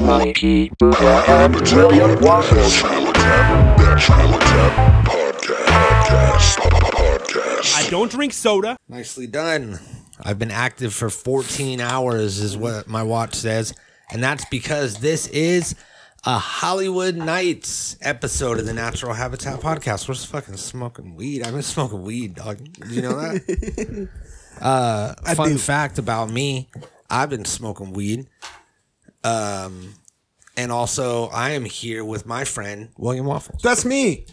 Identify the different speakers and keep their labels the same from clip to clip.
Speaker 1: Molly P. Buddha and William Waffles.
Speaker 2: I don't drink soda.
Speaker 3: Nicely done. I've been active for 14 hours, is what my watch says. And that's because this is a Hollywood Nights episode of the Natural Habitat Podcast. We're just fucking smoking weed. I've been smoking weed, dog. You know that? uh, fun fact about me I've been smoking weed. Um, and also, I am here with my friend, William Waffles.
Speaker 4: That's me.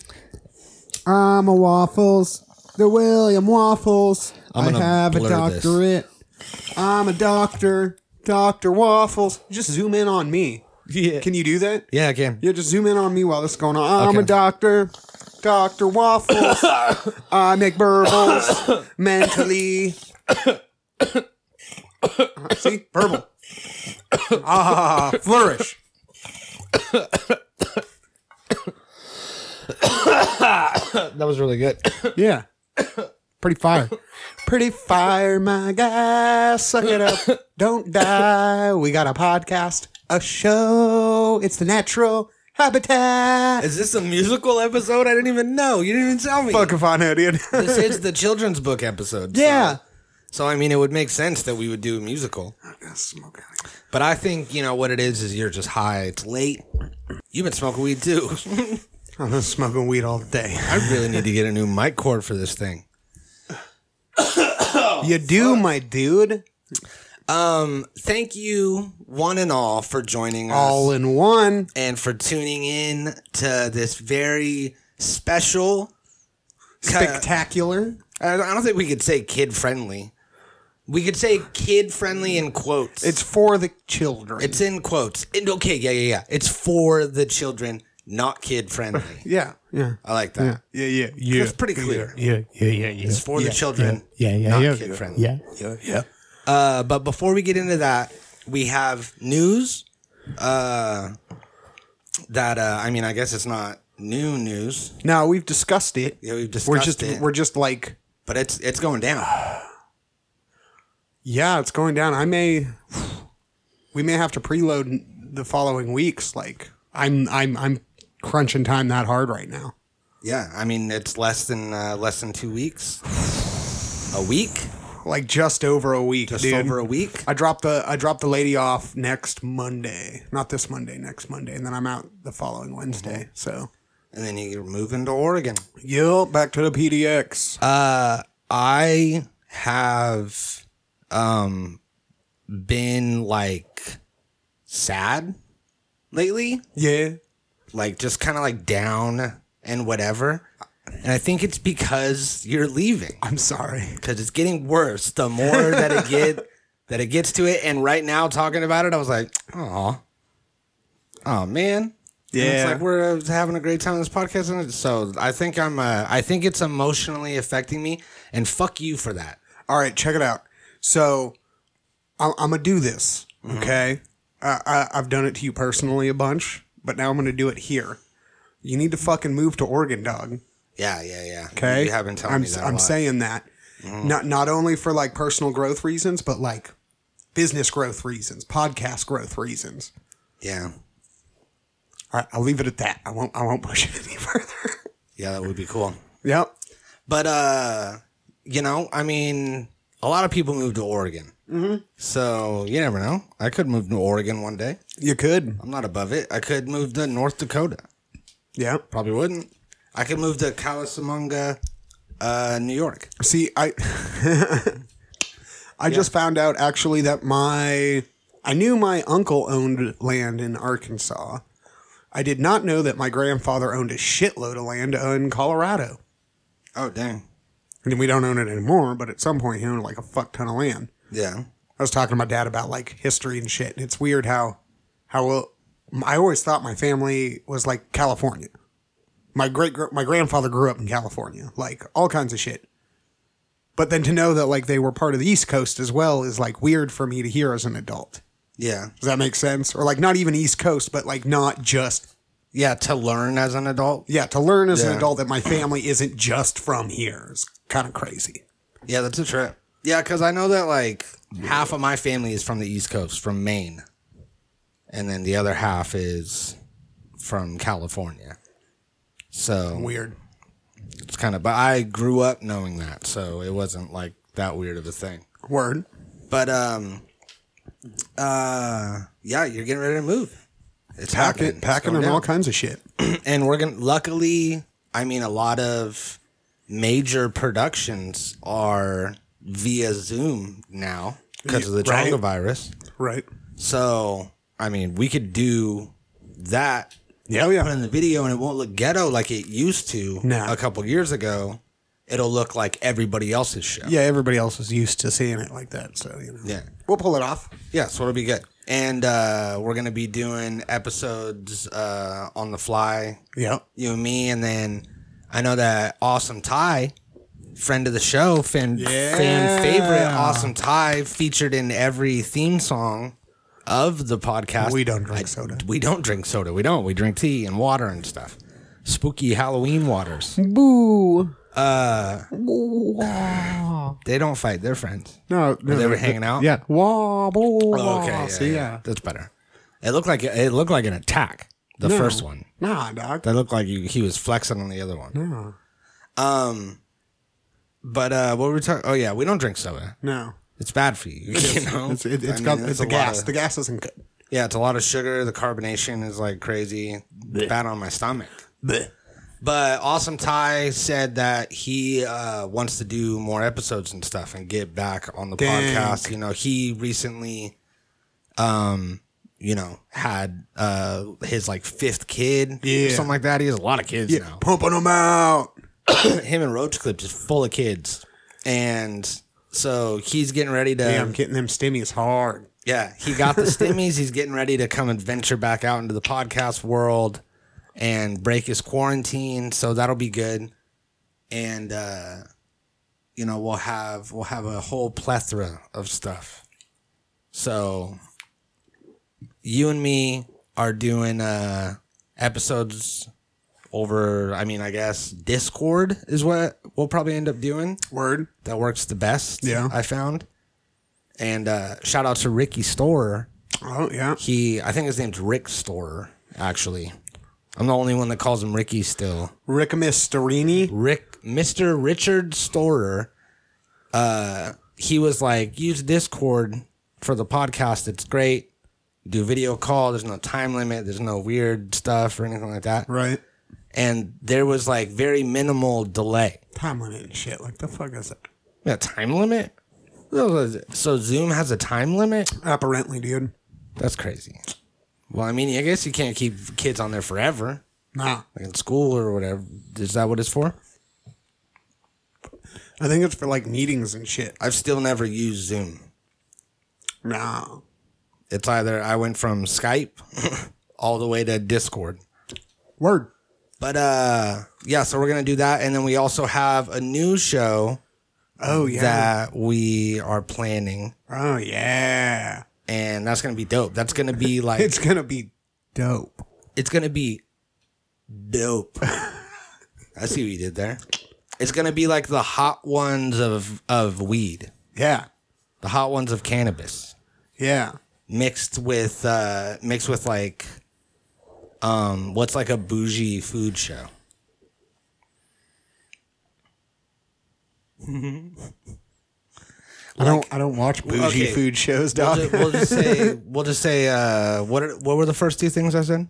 Speaker 5: I'm a waffles. The William Waffles.
Speaker 3: I'm
Speaker 5: I
Speaker 3: gonna
Speaker 5: have a
Speaker 3: blur this.
Speaker 5: doctorate. I'm a doctor. Doctor Waffles. Just zoom in on me.
Speaker 3: Yeah.
Speaker 5: Can you do that?
Speaker 3: yeah, I can.
Speaker 5: Yeah, just zoom in on me while this is going on. I'm
Speaker 3: Okay.
Speaker 5: a doctor. Doctor Waffles. I make burbles mentally. Uh, See, burble. Ah, flourish.
Speaker 3: That was really good.
Speaker 5: Yeah. Pretty fire. Pretty fire, my guy. Suck it up. Don't die. We got a podcast, a show. It's the natural habitat.
Speaker 3: Is this a musical episode? I didn't even know. You didn't even tell me.
Speaker 5: Fuck if I know, dude.
Speaker 3: This is the children's book episode. so-
Speaker 5: yeah.
Speaker 3: So, I mean, it would make sense that we would do a musical. But I think, you know, what it is is you're just high. It's late. You've been smoking weed too.
Speaker 5: I've been smoking weed all day.
Speaker 3: I really need to get a new mic cord for this thing.
Speaker 5: you do, my dude.
Speaker 3: Thank you, one and all, for joining us
Speaker 5: All in one.
Speaker 3: and for tuning in to this very special.
Speaker 5: Spectacular.
Speaker 3: I don't I don't think we could say kid friendly. We could say kid friendly in quotes.
Speaker 5: It's for the children.
Speaker 3: It's in quotes. And okay, yeah, yeah, yeah. It's for the children, not kid friendly.
Speaker 5: yeah. Yeah.
Speaker 3: I like that.
Speaker 4: Yeah, yeah, yeah.
Speaker 3: That's pretty clear.
Speaker 4: Yeah, yeah, yeah, yeah.
Speaker 3: It's for the children,
Speaker 4: Yeah, yeah,
Speaker 3: not
Speaker 4: yeah.
Speaker 3: kid friendly.
Speaker 4: Yeah, yeah, yeah.
Speaker 3: Uh, but before we get into that, we have news. Uh, that uh, I mean, I guess it's not new news.
Speaker 5: Now we've discussed it.
Speaker 3: Yeah, we've discussed
Speaker 5: We're just
Speaker 3: it,
Speaker 5: we're just like
Speaker 3: but it's it's going down.
Speaker 5: Yeah, it's going down. I may we may have to preload n- the following weeks. Like I'm I'm I'm crunching time that hard right now.
Speaker 3: Yeah, I mean, it's less than uh, less than two weeks. A week,
Speaker 5: Like just over a week.
Speaker 3: just
Speaker 5: dude.
Speaker 3: over a week.
Speaker 5: I dropped the I dropped the lady off next Monday. Not this Monday, next Monday, and then I'm out the following
Speaker 3: Mm-hmm.
Speaker 5: Wednesday. So
Speaker 3: And then you're moving to Oregon.
Speaker 5: Yep, back to the PDX.
Speaker 3: Uh, I have um been like sad lately,
Speaker 5: yeah.
Speaker 3: like just kind of like down and whatever. And I think it's because you're leaving
Speaker 5: I'm sorry.
Speaker 3: cuz it's getting worse the more that it get that it gets to it and right now talking about it I was like, "Oh. Oh man." And it's
Speaker 5: Yeah.
Speaker 3: like we're uh, having a great time on this podcast and it's- so I think I'm uh, I think it's emotionally affecting me and fuck you for that.
Speaker 5: All right, check it out. So I'm, I'm gonna do this,
Speaker 3: Mm-hmm.
Speaker 5: okay? I, I, I've done it to you personally a bunch, but now I'm gonna do it here. You need to fucking move to Oregon, dog.
Speaker 3: Yeah, yeah, yeah.
Speaker 5: Okay,
Speaker 3: you have been telling
Speaker 5: I'm,
Speaker 3: me that. a
Speaker 5: I'm
Speaker 3: lot. Mm-hmm.
Speaker 5: saying that not not only for like personal growth reasons, but like business growth reasons, podcast growth reasons.
Speaker 3: yeah,
Speaker 5: All right, I'll leave it at that. I won't. I won't push it any further.
Speaker 3: yeah, that would be cool.
Speaker 5: yep.
Speaker 3: But uh, you know, I mean, a lot of people move to Oregon, mm-hmm. so you never know. I could move to Oregon one day.
Speaker 5: You could.
Speaker 3: I'm not above it. I could move to North Dakota.
Speaker 5: Yep.
Speaker 3: Probably wouldn't. I could move to Calisamonga, uh, New York.
Speaker 5: See, I I just found out actually that my I knew my uncle owned land in Arkansas. I did not know that my grandfather owned a shitload of land in Colorado.
Speaker 3: Oh dang,
Speaker 5: I mean, we don't own it anymore, but at some point he owned like a fuck ton of land.
Speaker 3: yeah,
Speaker 5: I was talking to my dad about like history and shit, and it's weird how how well, I always thought my family was like California. My great gr- my grandfather grew up in California, like all kinds of shit. But then to know that like they were part of the East Coast as well is like weird for me to hear as an adult.
Speaker 3: yeah,
Speaker 5: Does that make sense? Or like not even East Coast, but like not just
Speaker 3: yeah. To learn as an adult.
Speaker 5: yeah to learn as an
Speaker 3: Yeah.
Speaker 5: adult that my family isn't just from here is kind of crazy.
Speaker 3: Yeah, that's a trip. Yeah, because I know that like half of my family is from the East Coast, from Maine, and then the other half is from California. So
Speaker 5: Weird.
Speaker 3: it's kind of, but I grew up knowing that, so it wasn't like that weird of a thing.
Speaker 5: Word.
Speaker 3: But um, uh, yeah, you're getting ready to move. It's
Speaker 5: Packing,
Speaker 3: happening. It's
Speaker 5: packing,
Speaker 3: going
Speaker 5: and all
Speaker 3: down.
Speaker 5: kinds of shit.
Speaker 3: and we're gonna. Luckily, I mean, a lot of major productions are via Zoom now because of the
Speaker 5: Right.
Speaker 3: Chonga virus.
Speaker 5: Right.
Speaker 3: So I mean, we could do that.
Speaker 5: Yeah, oh, yeah.
Speaker 3: Put in the video, and it won't look ghetto like it used to
Speaker 5: No.
Speaker 3: a couple years ago. It'll look like everybody else's show.
Speaker 5: Yeah, everybody else is used to seeing it like that, so you know.
Speaker 3: Yeah.
Speaker 5: We'll pull it off.
Speaker 3: Yeah, so it'll be good. And uh, we're gonna be doing episodes uh, on the fly,
Speaker 5: Yeah.
Speaker 3: you and me, and then I know that awesome Ty, friend of the show, fan fan favorite,
Speaker 5: Yeah.
Speaker 3: awesome Ty, featured in every theme song of the podcast.
Speaker 5: We don't drink soda.
Speaker 3: We don't drink soda. We don't. We drink tea and water and stuff. Spooky Halloween waters. Uh,
Speaker 4: Boo.
Speaker 3: They don't fight. They're friends.
Speaker 5: No, no
Speaker 3: they were
Speaker 5: no,
Speaker 3: hanging out?
Speaker 5: Yeah. Wah, blah,
Speaker 3: Oh,
Speaker 5: okay.
Speaker 3: okay.
Speaker 5: See, yeah.
Speaker 3: that's better. It looked like it looked like an attack. The first one.
Speaker 5: Nah, dog.
Speaker 3: That looked like you, he was flexing on the other one.
Speaker 5: No.
Speaker 3: Um, but uh, what were we talking? Oh yeah, we don't drink soda.
Speaker 5: No.
Speaker 3: It's bad for you. You know,
Speaker 5: It's it,
Speaker 3: I
Speaker 5: it's
Speaker 3: mean,
Speaker 5: got
Speaker 3: that's
Speaker 5: it's
Speaker 3: a
Speaker 5: a gas.
Speaker 3: lot of-
Speaker 5: the gas isn't good.
Speaker 3: yeah, it's a lot of sugar. The carbonation is like crazy. It's Bad on my stomach. But Awesome Ty said that he uh, wants to do more episodes and stuff and get back on the
Speaker 5: Dang.
Speaker 3: podcast. You know, he recently, um, you know, had uh his like fifth kid,
Speaker 5: Yeah.
Speaker 3: something like that. He has a lot of kids now.
Speaker 5: Pumping them out.
Speaker 3: him and Roach Clips is full of kids, and so he's getting ready to.
Speaker 5: Yeah, I'm getting them stimmies hard.
Speaker 3: Yeah, he got the stimmies. He's getting ready to come and venture back out into the podcast world and break his quarantine. So that'll be good. And uh, you know, we'll have we'll have a whole plethora of stuff. So you and me are doing uh episodes over I mean, I guess Discord is what we'll probably end up doing
Speaker 5: Word.
Speaker 3: that works the best.
Speaker 5: Yeah.
Speaker 3: I found. And uh, shout out to Ricky Storer.
Speaker 5: Oh yeah.
Speaker 3: He, I think his name's Rick Storer. Actually, I'm the only one that calls him Ricky still.
Speaker 5: Rick Misterini.
Speaker 3: Rick, Mister Richard Storer. Uh, he was like, use Discord for the podcast. It's great. Do video call. There's no time limit. There's no weird stuff or anything like that.
Speaker 5: Right.
Speaker 3: And there was like very minimal delay.
Speaker 5: Time limit and shit. Like the fuck is that?
Speaker 3: Yeah, time limit. So Zoom has a time limit.
Speaker 5: Apparently, dude.
Speaker 3: That's crazy. Well, I mean, I guess you can't keep kids on there forever,
Speaker 5: Nah.
Speaker 3: like in school or whatever. Is that what it's for?
Speaker 5: I think it's for like meetings and shit.
Speaker 3: I've still never used Zoom.
Speaker 5: Nah.
Speaker 3: It's either I went from Skype all the way to Discord.
Speaker 5: Word.
Speaker 3: But uh yeah, so we're gonna do that, and then we also have a new show
Speaker 5: Oh yeah.
Speaker 3: that we are planning,
Speaker 5: Oh yeah.
Speaker 3: and that's gonna be dope. That's gonna be like
Speaker 5: It's gonna be dope.
Speaker 3: It's gonna be dope. I see what you did there. It's gonna be like the hot ones of of weed,
Speaker 5: Yeah.
Speaker 3: the hot ones of cannabis,
Speaker 5: Yeah.
Speaker 3: mixed with uh mixed with like um what's like a bougie food show.
Speaker 5: I don't. I don't watch bougie
Speaker 3: Okay.
Speaker 5: food shows,
Speaker 3: We'll
Speaker 5: dog.
Speaker 3: just, we'll just say we'll just say uh what are, what were the first two things I said?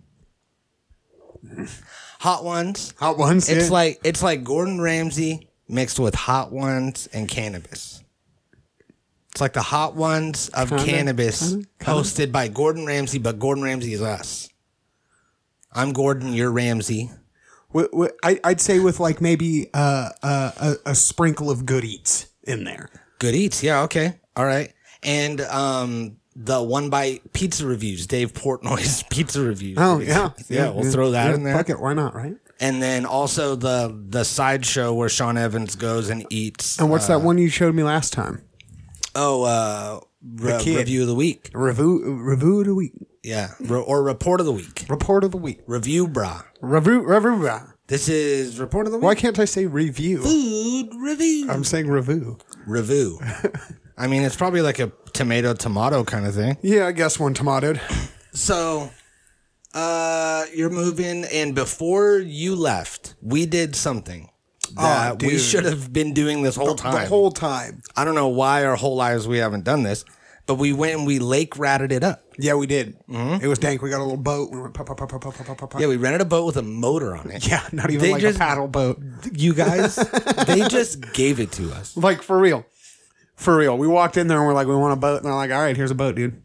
Speaker 3: Hot ones.
Speaker 5: Hot ones.
Speaker 3: It's
Speaker 5: yeah.
Speaker 3: like it's like Gordon Ramsay mixed with hot ones and cannabis. It's like the hot ones of cannabis hosted by Gordon Ramsay, but Gordon Ramsay is us. I'm Gordon, you're Ramsay.
Speaker 5: Wi- wi- I, I'd say with like maybe uh, uh, a, a sprinkle of good eats in there.
Speaker 3: Good eats, yeah, okay. All right. And um the one bite pizza reviews, Dave Portnoy's pizza reviews.
Speaker 5: Oh,
Speaker 3: Yeah, we'll throw that
Speaker 5: Yeah,
Speaker 3: in there.
Speaker 5: Fuck it, why not? Right.
Speaker 3: And then also the the sideshow where Sean Evans goes and eats
Speaker 5: And what's that one you showed me last time?
Speaker 3: oh uh re-
Speaker 5: kid.
Speaker 3: review of the week.
Speaker 5: Review review of the week,
Speaker 3: Yeah, re- or report of the week.
Speaker 5: report of the week,
Speaker 3: Review, brah.
Speaker 5: review review. uh,
Speaker 3: This is report of the week.
Speaker 5: Why can't I say review?
Speaker 3: Food review.
Speaker 5: I'm saying review.
Speaker 3: review. I mean, it's probably like a tomato tomato kind of thing.
Speaker 5: Yeah, I guess one tomatoed.
Speaker 3: So, uh, you're moving, and before you left, we did something that we
Speaker 5: dude.
Speaker 3: should have been doing this whole
Speaker 5: The-
Speaker 3: time.
Speaker 5: The whole time.
Speaker 3: I don't know why our whole lives we haven't done this, but we went and we lake ratted it up.
Speaker 5: Yeah, we did.
Speaker 3: Mm-hmm.
Speaker 5: It was dank. We got a little boat. We went pop, pop, pop, pop, pop, pop, pop, pop.
Speaker 3: Yeah, we rented a boat with a motor on it.
Speaker 5: Yeah, not even
Speaker 3: They
Speaker 5: like
Speaker 3: just-
Speaker 5: a paddle boat.
Speaker 3: You guys, they just gave it to us.
Speaker 5: Like for real. For real. We walked in there and we're like, we want a boat. And they're like, all right, here's a boat, dude.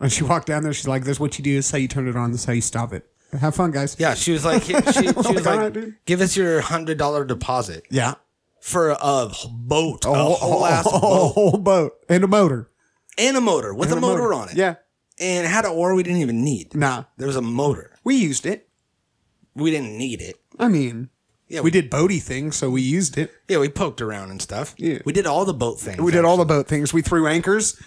Speaker 5: And she walked down there. She's like, this is what you do. This is how you turn it on. This is how you stop it. Have fun, guys.
Speaker 3: Yeah, she was like, she, she was
Speaker 5: Like,
Speaker 3: like,
Speaker 5: all right, dude.
Speaker 3: give us your hundred dollar deposit
Speaker 5: Yeah.
Speaker 3: for a boat, a
Speaker 5: Oh,
Speaker 3: whole ass
Speaker 5: a
Speaker 3: boat,
Speaker 5: whole boat and a motor.
Speaker 3: and a motor with a
Speaker 5: And
Speaker 3: motor on it.
Speaker 5: Yeah.
Speaker 3: and it had an oar we didn't even need.
Speaker 5: Nah.
Speaker 3: There was a motor.
Speaker 5: We used it.
Speaker 3: We didn't need it.
Speaker 5: I mean,
Speaker 3: Yeah,
Speaker 5: we did boaty things, so we used it.
Speaker 3: Yeah, we poked around and stuff.
Speaker 5: Yeah.
Speaker 3: we did all the boat things.
Speaker 5: We did all the boat things. We threw anchors.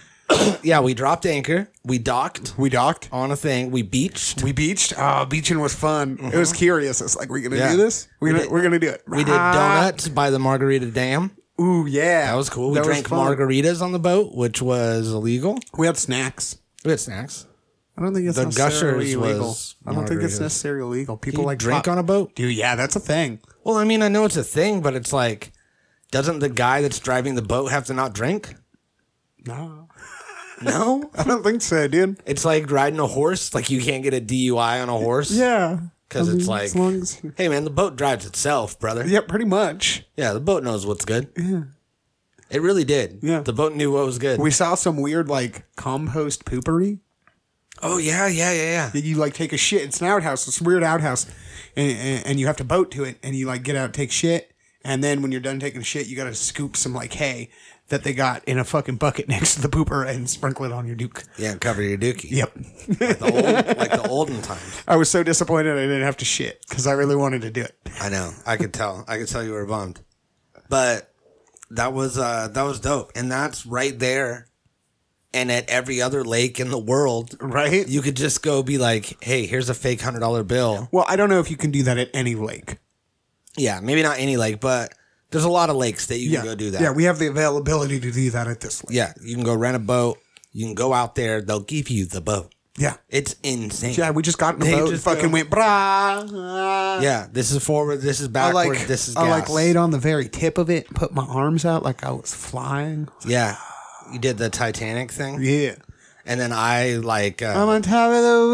Speaker 3: Yeah, we dropped anchor. We docked
Speaker 5: We docked.
Speaker 3: on a thing. We beached.
Speaker 5: We beached. Oh, beaching was fun. It was curious. It's like, we're going to
Speaker 3: Yeah.
Speaker 5: do this? We're
Speaker 3: We
Speaker 5: gonna,
Speaker 3: did-
Speaker 5: we're going to do it. Ah,
Speaker 3: We did donuts by the Margarita Dam.
Speaker 5: Ooh, yeah.
Speaker 3: That was cool. We
Speaker 5: That was
Speaker 3: drank
Speaker 5: fun.
Speaker 3: margaritas on the boat, which was illegal.
Speaker 5: We had snacks.
Speaker 3: We had snacks.
Speaker 5: I don't think it's
Speaker 3: The
Speaker 5: necessarily
Speaker 3: Gushers
Speaker 5: illegal.
Speaker 3: was
Speaker 5: I don't think it's
Speaker 3: margaritas.
Speaker 5: necessarily illegal. People
Speaker 3: You
Speaker 5: like
Speaker 3: drink
Speaker 5: pop-
Speaker 3: on a boat.
Speaker 5: Dude, yeah, that's a thing.
Speaker 3: Well, I mean, I know it's a thing, but it's like, doesn't the guy that's driving the boat have to not drink?
Speaker 5: No,
Speaker 3: No.
Speaker 5: I don't think so, dude.
Speaker 3: it's like riding a horse. Like you can't get a DUI on a horse.
Speaker 5: Yeah,
Speaker 3: 'Cause
Speaker 5: I
Speaker 3: it's
Speaker 5: mean,
Speaker 3: like-
Speaker 5: as long as,
Speaker 3: Hey man, the boat drives itself, brother.
Speaker 5: yeah, pretty much.
Speaker 3: Yeah, the boat knows what's good. Yeah. It really did.
Speaker 5: Yeah.
Speaker 3: The boat knew what was good.
Speaker 5: We saw some weird like compost poopery
Speaker 3: oh yeah, yeah, yeah, yeah.
Speaker 5: that you like take a shit. It's an outhouse. It's a weird outhouse, and, and and you have to boat to it, and you like get out, take shit, and then when you're done taking shit, you got to scoop some like hay that they got in a fucking bucket next to the pooper and sprinkle it on your duke.
Speaker 3: Yeah, and cover your dookie.
Speaker 5: Yep.
Speaker 3: Like the old like the olden times.
Speaker 5: I was so disappointed I didn't have to shit because I really wanted to do it.
Speaker 3: I know. I could tell. I could tell you were bummed. But that was uh that was dope. And that's right there. And at every other lake in the world,
Speaker 5: Right?
Speaker 3: you could just go be like, "Hey, here's a fake hundred dollar bill."
Speaker 5: well, I don't know if you can do that at any lake.
Speaker 3: Yeah, maybe not any lake, but there's a lot of lakes that you can go do that.
Speaker 5: Yeah, we have the availability to do that at this lake.
Speaker 3: yeah, you can go rent a boat. You can go out there. They'll give you the boat.
Speaker 5: Yeah.
Speaker 3: It's insane.
Speaker 5: Yeah, we just got in a
Speaker 3: They
Speaker 5: boat and
Speaker 3: just
Speaker 5: fucking
Speaker 3: go-
Speaker 5: went, brah.
Speaker 3: Yeah, this is forward. This is
Speaker 5: I
Speaker 3: backward.
Speaker 5: like,
Speaker 3: this is gas.
Speaker 5: I like laid on the very tip of it, put my arms out like I was flying.
Speaker 3: Yeah, you did the Titanic thing,
Speaker 5: Yeah. Oh
Speaker 3: and then I like uh,
Speaker 5: I'm on top of the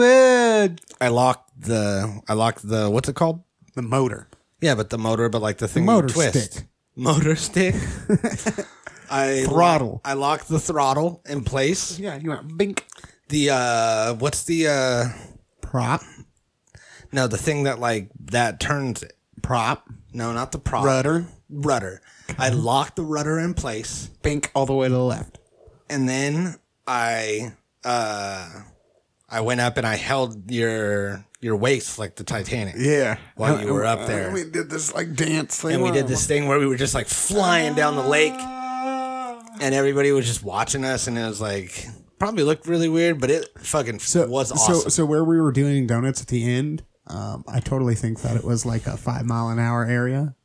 Speaker 5: wood.
Speaker 3: I locked the I locked the what's it called?
Speaker 5: The motor.
Speaker 3: Yeah, but the motor, but like the thing
Speaker 5: motor
Speaker 3: you twist.
Speaker 5: stick.
Speaker 3: Motor stick. I
Speaker 5: Throttle.
Speaker 3: I locked the throttle in place.
Speaker 5: Yeah, you went bink.
Speaker 3: The uh what's the uh
Speaker 5: Prop.
Speaker 3: no the thing that like that turns it.
Speaker 5: Prop.
Speaker 3: No, not the prop.
Speaker 5: Rudder.
Speaker 3: Rudder. I locked the rudder in place
Speaker 5: Bink all the way to the left.
Speaker 3: and then I uh I went up and I held your your waist like the Titanic.
Speaker 5: Yeah. Uh,
Speaker 3: While you were up there.
Speaker 5: We did this like dance thing.
Speaker 3: and we
Speaker 5: where
Speaker 3: did this thing where we were just like flying down the lake and everybody was just watching us and it was like probably looked really weird but it fucking was
Speaker 5: So,
Speaker 3: awesome
Speaker 5: so where we were doing donuts at the end, um, I totally think that it was like a five mile an hour area.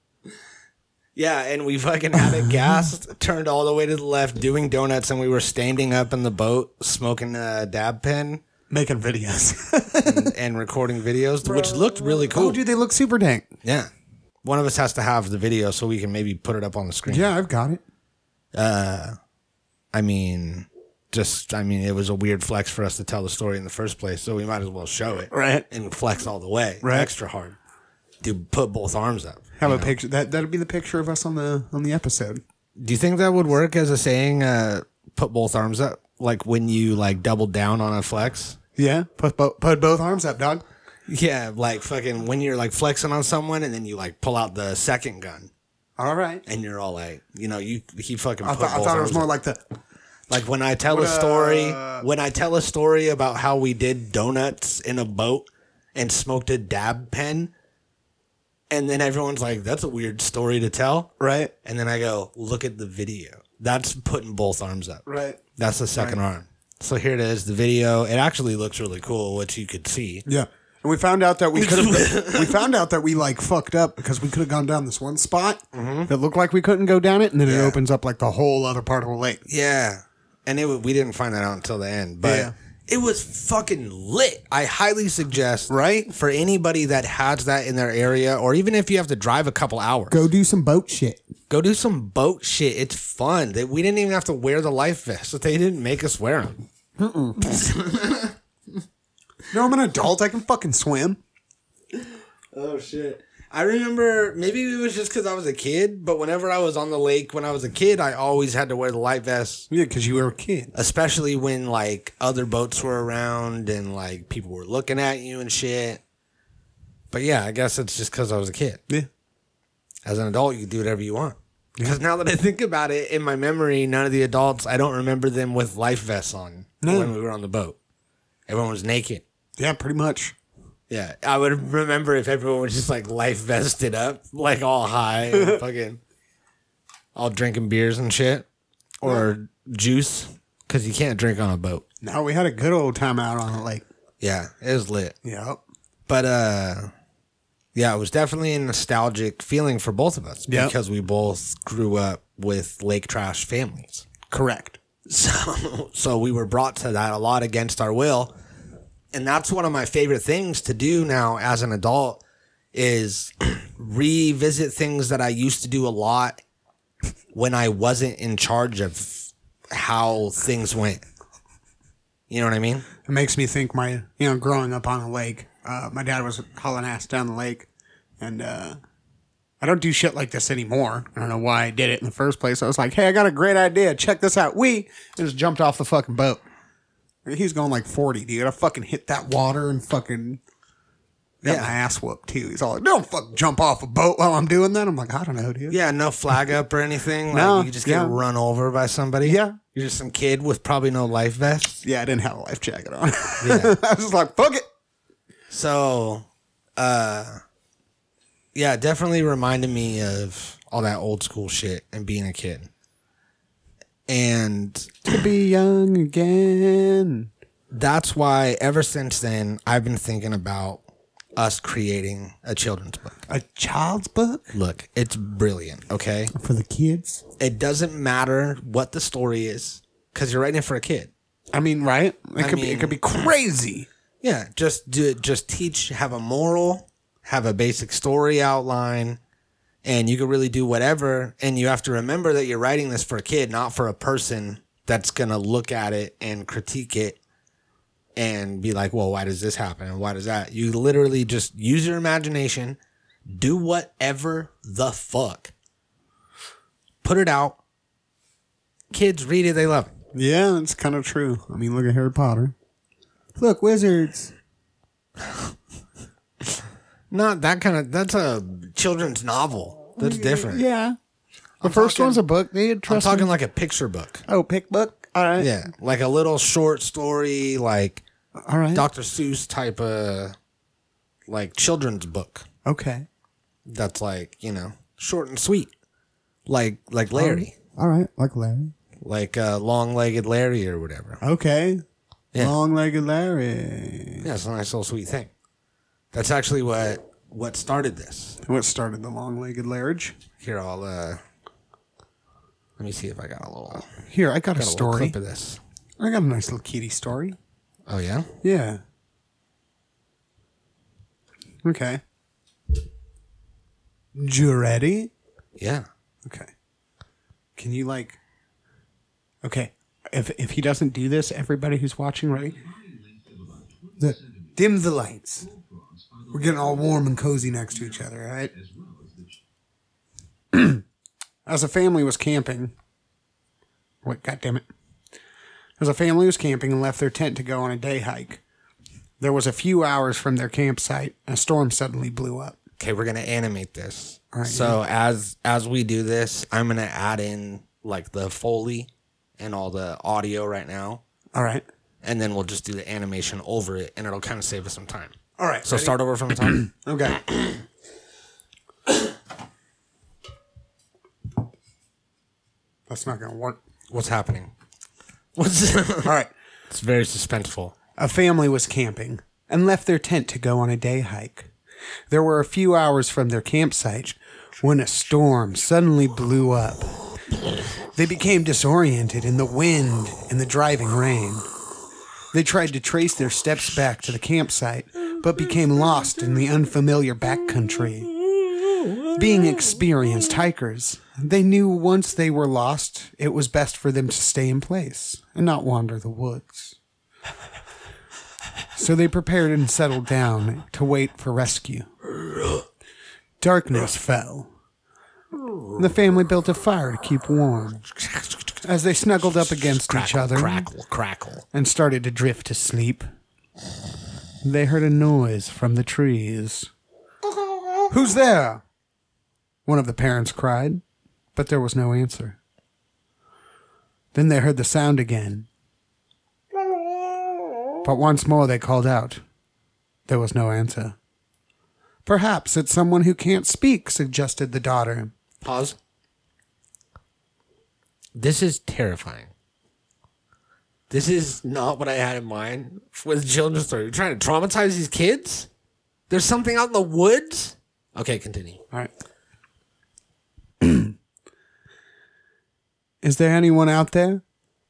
Speaker 3: yeah and we fucking had it gassed turned all the way to the left doing donuts and we were standing up in the boat smoking a dab pen
Speaker 5: Making videos.
Speaker 3: and, and recording videos which looked really cool
Speaker 5: oh, dude, they look super dank.
Speaker 3: yeah one of us has to have the video so we can maybe put it up on the screen
Speaker 5: Yeah, I've got it.
Speaker 3: i mean just i mean it was a weird flex for us to tell the story in the first place so we might as well show it
Speaker 5: Right.
Speaker 3: and flex all the way,
Speaker 5: Right.
Speaker 3: extra hard. Dude, put both arms up.
Speaker 5: Have a picture. That that'd be the picture of us on the on the episode.
Speaker 3: Do you think that would work as a saying? Uh, put both arms up, like when you like double down on a flex.
Speaker 5: Yeah, put bo- put both arms up, dog.
Speaker 3: Yeah, like fucking when you're like flexing on someone, and then you like pull out the second gun,
Speaker 5: All right.
Speaker 3: and you're all like, you know, you he fucking.
Speaker 5: I,
Speaker 3: put
Speaker 5: thought I
Speaker 3: both
Speaker 5: thought it
Speaker 3: arms
Speaker 5: was more
Speaker 3: up.
Speaker 5: like the
Speaker 3: Like when I tell a story, when I tell a story about how we did donuts in a boat and smoked a dab pen, and then everyone's like, "That's a weird story to tell."
Speaker 5: right,
Speaker 3: And then I go, look at the video. That's putting both arms up.
Speaker 5: right.
Speaker 3: That's the second arm. So here it is, the video. It actually looks really cool, which you could see.
Speaker 5: Yeah. And we found out that we could have we found out that we like fucked up because we could have gone down this one spot that looked like we couldn't go down it, and then it
Speaker 3: Mm-hmm. Yeah.
Speaker 5: opens up like the whole other part of the lake.
Speaker 3: Yeah. And it, wa- we didn't find that out until the end. But
Speaker 5: Yeah.
Speaker 3: It was fucking lit. I highly suggest
Speaker 5: Right?
Speaker 3: for anybody that has that in their area, or even if you have to drive a couple hours,
Speaker 4: Go do some boat shit.
Speaker 3: go do some boat shit. It's fun. They, we didn't even have to wear the life vests. They didn't make us wear them.
Speaker 5: No, I'm an adult. I can fucking swim.
Speaker 3: Oh shit! I remember maybe it was just because I was a kid, but whenever I was on the lake when I was a kid, I always had to wear the life vest,
Speaker 5: Yeah, because you were a kid.
Speaker 3: especially when like other boats were around and like people were looking at you and shit. But yeah, I guess it's just because I was a kid.
Speaker 5: Yeah.
Speaker 3: as an adult, you can do whatever you want. Because now that I think about it, in my memory, none of the adults, I don't remember them with life vests on
Speaker 5: No.
Speaker 3: when we were on the boat. Everyone was naked.
Speaker 5: Yeah, pretty much.
Speaker 3: Yeah, I would remember if everyone was just like life vested up, like all high, and fucking, all drinking beers and shit, or juice, because you can't drink on a boat.
Speaker 5: No, we had a good old time out on the lake.
Speaker 3: Yeah, it was lit.
Speaker 5: Yep.
Speaker 3: But uh yeah, it was definitely a nostalgic feeling for both of us
Speaker 5: Yep.
Speaker 3: because we both grew up with lake trash families.
Speaker 5: Correct.
Speaker 3: So so we were brought to that a lot against our will. And that's one of my favorite things to do now as an adult is revisit things that I used to do a lot when I wasn't in charge of how things went. You know what I mean?
Speaker 5: It makes me think my, you know, growing up on a lake, uh, my dad was hauling ass down the lake. And uh, I don't do shit like this anymore. I don't know why I did it in the first place. I was like, hey, I got a great idea. Check this out. We and just jumped off the fucking boat. He's going like 40, dude. I fucking hit that water and fucking got
Speaker 3: Yeah.
Speaker 5: my ass whooped, too. He's all like, don't fuck jump off a boat while I'm doing that. I'm like, I don't know, dude.
Speaker 3: Yeah, no flag up or anything. Like
Speaker 5: No,
Speaker 3: you just
Speaker 5: yeah.
Speaker 3: get run over by somebody.
Speaker 5: Yeah.
Speaker 3: You're just some kid with probably no life vest.
Speaker 5: Yeah, I didn't have a life jacket on.
Speaker 3: Yeah.
Speaker 5: I was just like, fuck it.
Speaker 3: So uh yeah, it definitely reminded me of all that old school shit and being a kid. And
Speaker 5: To be young again.
Speaker 3: that's why ever since then I've been thinking about us creating a children's book.
Speaker 5: A child's book?
Speaker 3: Look, it's brilliant, okay?
Speaker 4: For the kids?
Speaker 3: It doesn't matter what the story is cuz you're writing it for a kid.
Speaker 5: I mean, right? It could be.
Speaker 3: mean-
Speaker 5: It could be crazy.
Speaker 3: Yeah, just do just teach, have a moral, have a basic story outline, and you can really do whatever. And you have to remember that you're writing this for a kid, not for a person that's gonna look at it and critique it and be like, "Well, why does this happen? And why does that?" You literally just use your imagination, do whatever the fuck, put it out. Kids read it; they love it.
Speaker 5: Yeah, that's kind of true. I mean, look at Harry Potter.
Speaker 4: Look, wizards.
Speaker 3: Not that kind of. That's a children's novel. That's different.
Speaker 4: Yeah.
Speaker 5: The first
Speaker 3: talking- one's
Speaker 5: a book. They had
Speaker 3: I'm talking like a picture book.
Speaker 5: Oh, pick book. All right.
Speaker 3: Yeah, like a little short story, like
Speaker 5: All right.
Speaker 3: Dr. Seuss type of like children's book.
Speaker 5: okay.
Speaker 3: That's like you know short and sweet, like like Larry,
Speaker 4: All right, like Larry.
Speaker 3: like uh, long-legged Larry or whatever.
Speaker 5: Okay.
Speaker 3: Yeah.
Speaker 5: Long-legged Larry.
Speaker 3: Yeah, it's a nice little sweet thing. That's actually what what started this.
Speaker 5: What started the long-legged large?
Speaker 3: Here, I'll uh, let me see if I got a little,
Speaker 5: Here, I got,
Speaker 3: got a
Speaker 5: a
Speaker 3: little
Speaker 5: story.
Speaker 3: clip of this.
Speaker 5: I got a nice little kitty story.
Speaker 3: Oh yeah,
Speaker 5: Yeah. Okay. You ready?
Speaker 3: yeah.
Speaker 5: Okay. Can you like? Okay. If if he doesn't do this, everybody who's watching, right? The, dim the lights. We're getting all warm and cozy next to each other, all right? As a family was camping. Wait, goddamn it. As a family was camping and left their tent to go on a day hike. There was a few hours from their campsite. A storm suddenly blew up.
Speaker 3: okay we're gonna animate this
Speaker 5: right,
Speaker 3: so as as we do this i'm gonna add in like the foley and all the audio right now
Speaker 5: All right.
Speaker 3: and then we'll just do the animation over it and it'll kind of save us some time
Speaker 5: All right.
Speaker 3: so start over from the top
Speaker 5: Okay. That's not going to work.
Speaker 3: what's happening what's
Speaker 5: All right.
Speaker 3: it's very suspenseful
Speaker 5: A family was camping and left their tent to go on a day hike. There were a few hours from their campsite when a storm suddenly blew up. They became disoriented in the wind and the driving rain. They tried to trace their steps back to the campsite, but became lost in the unfamiliar backcountry. Being experienced hikers, they knew once they were lost, it was best for them to stay in place and not wander the woods. So they prepared and settled down to wait for rescue. Darkness fell. The family built a fire to keep warm. As they snuggled up against each other,
Speaker 3: Crackle, crackle.
Speaker 5: and started to drift to sleep. They heard a noise from the trees. Who's there? One of the parents cried, but there was no answer. Then they heard the sound again. But once more they called out. There was no answer. Perhaps it's someone who can't speak, suggested the daughter.
Speaker 3: Pause. This is terrifying. This is not what I had in mind with the children's story. You're trying to traumatize these kids? There's something out in the woods? Okay, continue.
Speaker 5: All right. Is there anyone out there?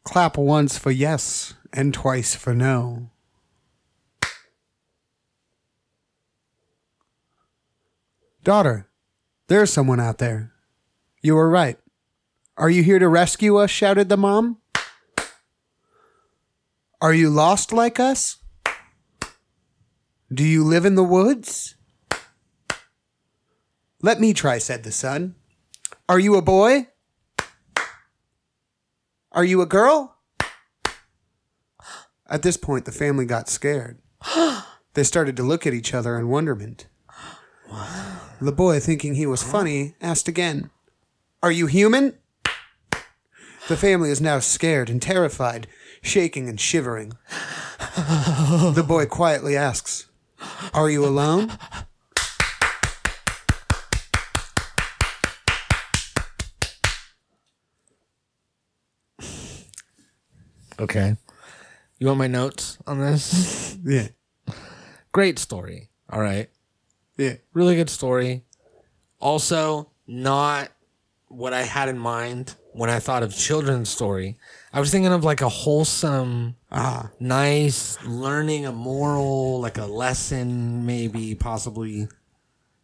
Speaker 5: Clap once for yes and twice for no. Daughter, there's someone out there. You were right. Are you here to rescue us? shouted the mom. Are you lost like us? Do you live in the woods? Let me try, said the son. Are you a boy? Are you a girl? At this point, the family got scared. They started to look at each other in wonderment. The boy, thinking he was funny, asked again, Are you human? The family is now scared and terrified, shaking and shivering. The boy quietly asks, Are you alone?
Speaker 3: Okay. You want my notes on this?
Speaker 5: Yeah.
Speaker 3: Great story. All right.
Speaker 5: Yeah.
Speaker 3: Really good story. Also, not what I had in mind when I thought of children's story. I was thinking of like a wholesome,
Speaker 5: Ah.
Speaker 3: nice, learning a moral, like a lesson, maybe, possibly.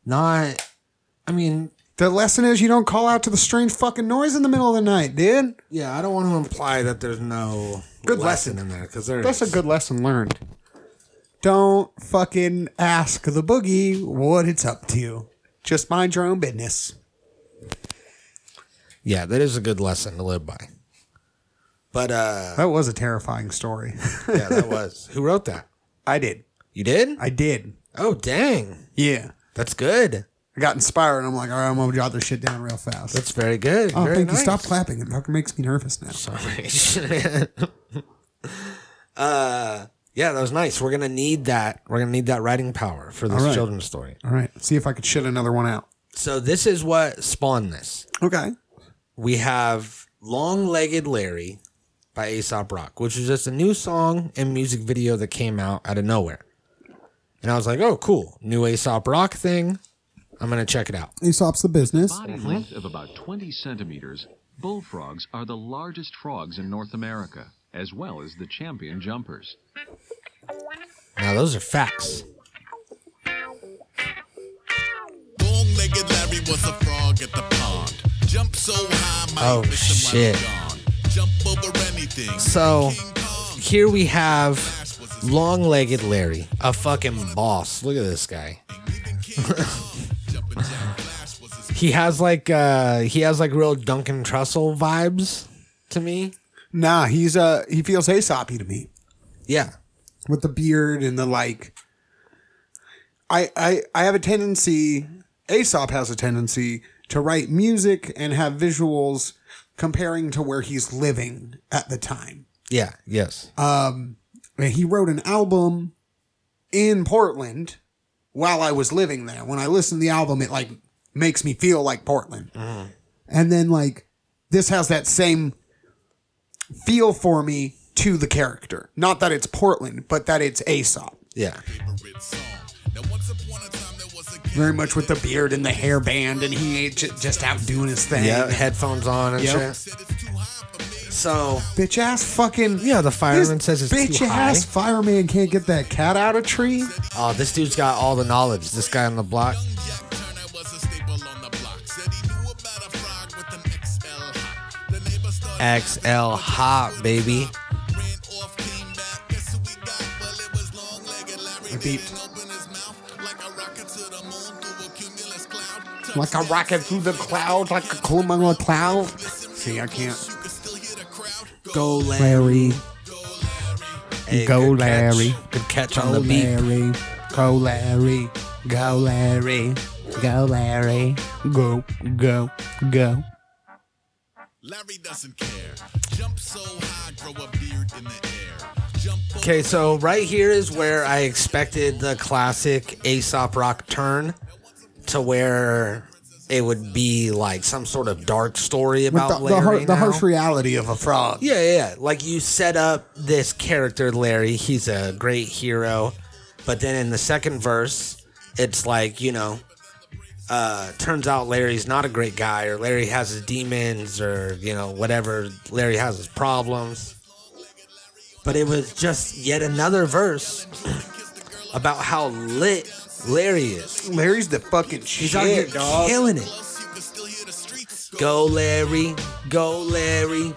Speaker 3: Not, I mean,
Speaker 5: The lesson is you don't call out to the strange fucking noise in the middle of the night, dude.
Speaker 3: yeah, I don't want to imply that there's no
Speaker 5: Good
Speaker 3: in
Speaker 5: lesson.
Speaker 3: there because there's
Speaker 5: That's a good lesson learned. Don't fucking ask the boogie what it's up to. Just mind your own business.
Speaker 3: Yeah, that is a good lesson to live by. But uh
Speaker 5: That was a terrifying story.
Speaker 3: yeah, that was. Who wrote that?
Speaker 5: I did.
Speaker 3: You did?
Speaker 5: I did.
Speaker 3: oh, dang.
Speaker 5: Yeah.
Speaker 3: That's good.
Speaker 5: I got inspired and I'm like, all right, I'm going to jot this shit down real fast.
Speaker 3: That's very good.
Speaker 5: oh,
Speaker 3: very
Speaker 5: thank
Speaker 3: nice.
Speaker 5: you. Stop clapping. It fucking makes me nervous now.
Speaker 3: Sorry. uh, yeah, that was nice. We're gonna need that. We're gonna need that writing power for this
Speaker 5: All right.
Speaker 3: children's story.
Speaker 5: All right. See if I could shit another one out.
Speaker 3: So this is what spawned this.
Speaker 5: Okay.
Speaker 3: We have "Long Legged Larry" by Aesop Rock, which is just a new song and music video that came out out of nowhere. And I was like, "Oh, cool, new Aesop Rock thing. I'm gonna check it out."
Speaker 4: Aesop's the business.
Speaker 6: Body length of about 20 centimeters, bullfrogs are the largest frogs in North America, as well as the champion jumpers.
Speaker 3: Now those are facts.
Speaker 7: Long legged Larry was a frog at the pond. Jump so high, my
Speaker 3: Oh, shit.
Speaker 7: Jump over anything.
Speaker 3: So
Speaker 7: King Kong.
Speaker 3: here we have long legged Larry, a fucking boss. Look at this guy.
Speaker 7: Even King Kong. Jumping Jack Flash was his
Speaker 3: He has like uh he has like real Duncan Trussell vibes to me.
Speaker 5: Nah, he's uh he feels Aesopy to me.
Speaker 3: Yeah.
Speaker 5: with the beard and the like. I I I have a tendency. Aesop has a tendency to write music and have visuals comparing to where he's living at the time.
Speaker 3: Yeah, yes.
Speaker 5: And he wrote an album in Portland while I was living there. When I listen to the album, it like makes me feel like Portland. And then like this has that same feel for me to the character. Not that it's Portland, but that it's Aesop.
Speaker 3: yeah.
Speaker 7: favorite song. Now, once upon a time, there was a kid.
Speaker 5: very much with the beard and the hairband, and he ain't ju- just out doing his thing.
Speaker 3: Yeah, headphones on and
Speaker 5: Yep.
Speaker 3: shit.
Speaker 7: Said it's too high for me.
Speaker 3: So
Speaker 5: Bitch ass fucking.
Speaker 3: Yeah, the fireman
Speaker 5: this
Speaker 3: says it's
Speaker 5: bitch
Speaker 3: too high.
Speaker 5: ass fireman can't get that cat out of tree.
Speaker 3: Oh, this dude's got all the knowledge. This guy on the block.
Speaker 7: Young Jack Turner was a staple on the block. Said he knew about a frog with an XL hop. The neighbor started
Speaker 3: XL hot, baby.
Speaker 7: ran off, came back. Guess who we got? Well, it was long-legged Larry.
Speaker 5: beeped.
Speaker 7: Didn't open his mouth like a rocket to the moon through a cumulus cloud.
Speaker 5: Like a rocket through the cloud, like a cumulus cloud. See, I can't.
Speaker 7: You could still hear the crowd.
Speaker 3: Go
Speaker 4: Larry.
Speaker 3: Hey,
Speaker 4: Go
Speaker 3: good catch.
Speaker 4: Larry.
Speaker 3: Good catch
Speaker 4: Go
Speaker 3: on the
Speaker 5: Oh,
Speaker 3: beat.
Speaker 4: Larry. Go Larry. Go Larry. Go Larry. Go, go, go.
Speaker 7: Larry doesn't care. Jump so high, grow a beard in the air. Jump over
Speaker 3: Okay, so right here is where I expected the classic Aesop rock turn to where it would be like some sort of dark story
Speaker 5: With
Speaker 3: about
Speaker 5: the, the,
Speaker 3: Larry.
Speaker 5: har- the
Speaker 3: now.
Speaker 5: harsh reality of a frog.
Speaker 3: Yeah, yeah, yeah. Like you set up this character, Larry. He's a great hero. But then in the second verse, it's like, you know, uh, turns out Larry's not a great guy, or Larry has his demons, or, you know, whatever. Larry has his problems. But it was just yet another verse about how lit Larry is.
Speaker 5: Larry's the fucking shit,
Speaker 3: He's out here
Speaker 5: dog.
Speaker 3: killing it.
Speaker 7: us, you could still hear the streets. Go,
Speaker 3: Go, Larry. Go, Larry.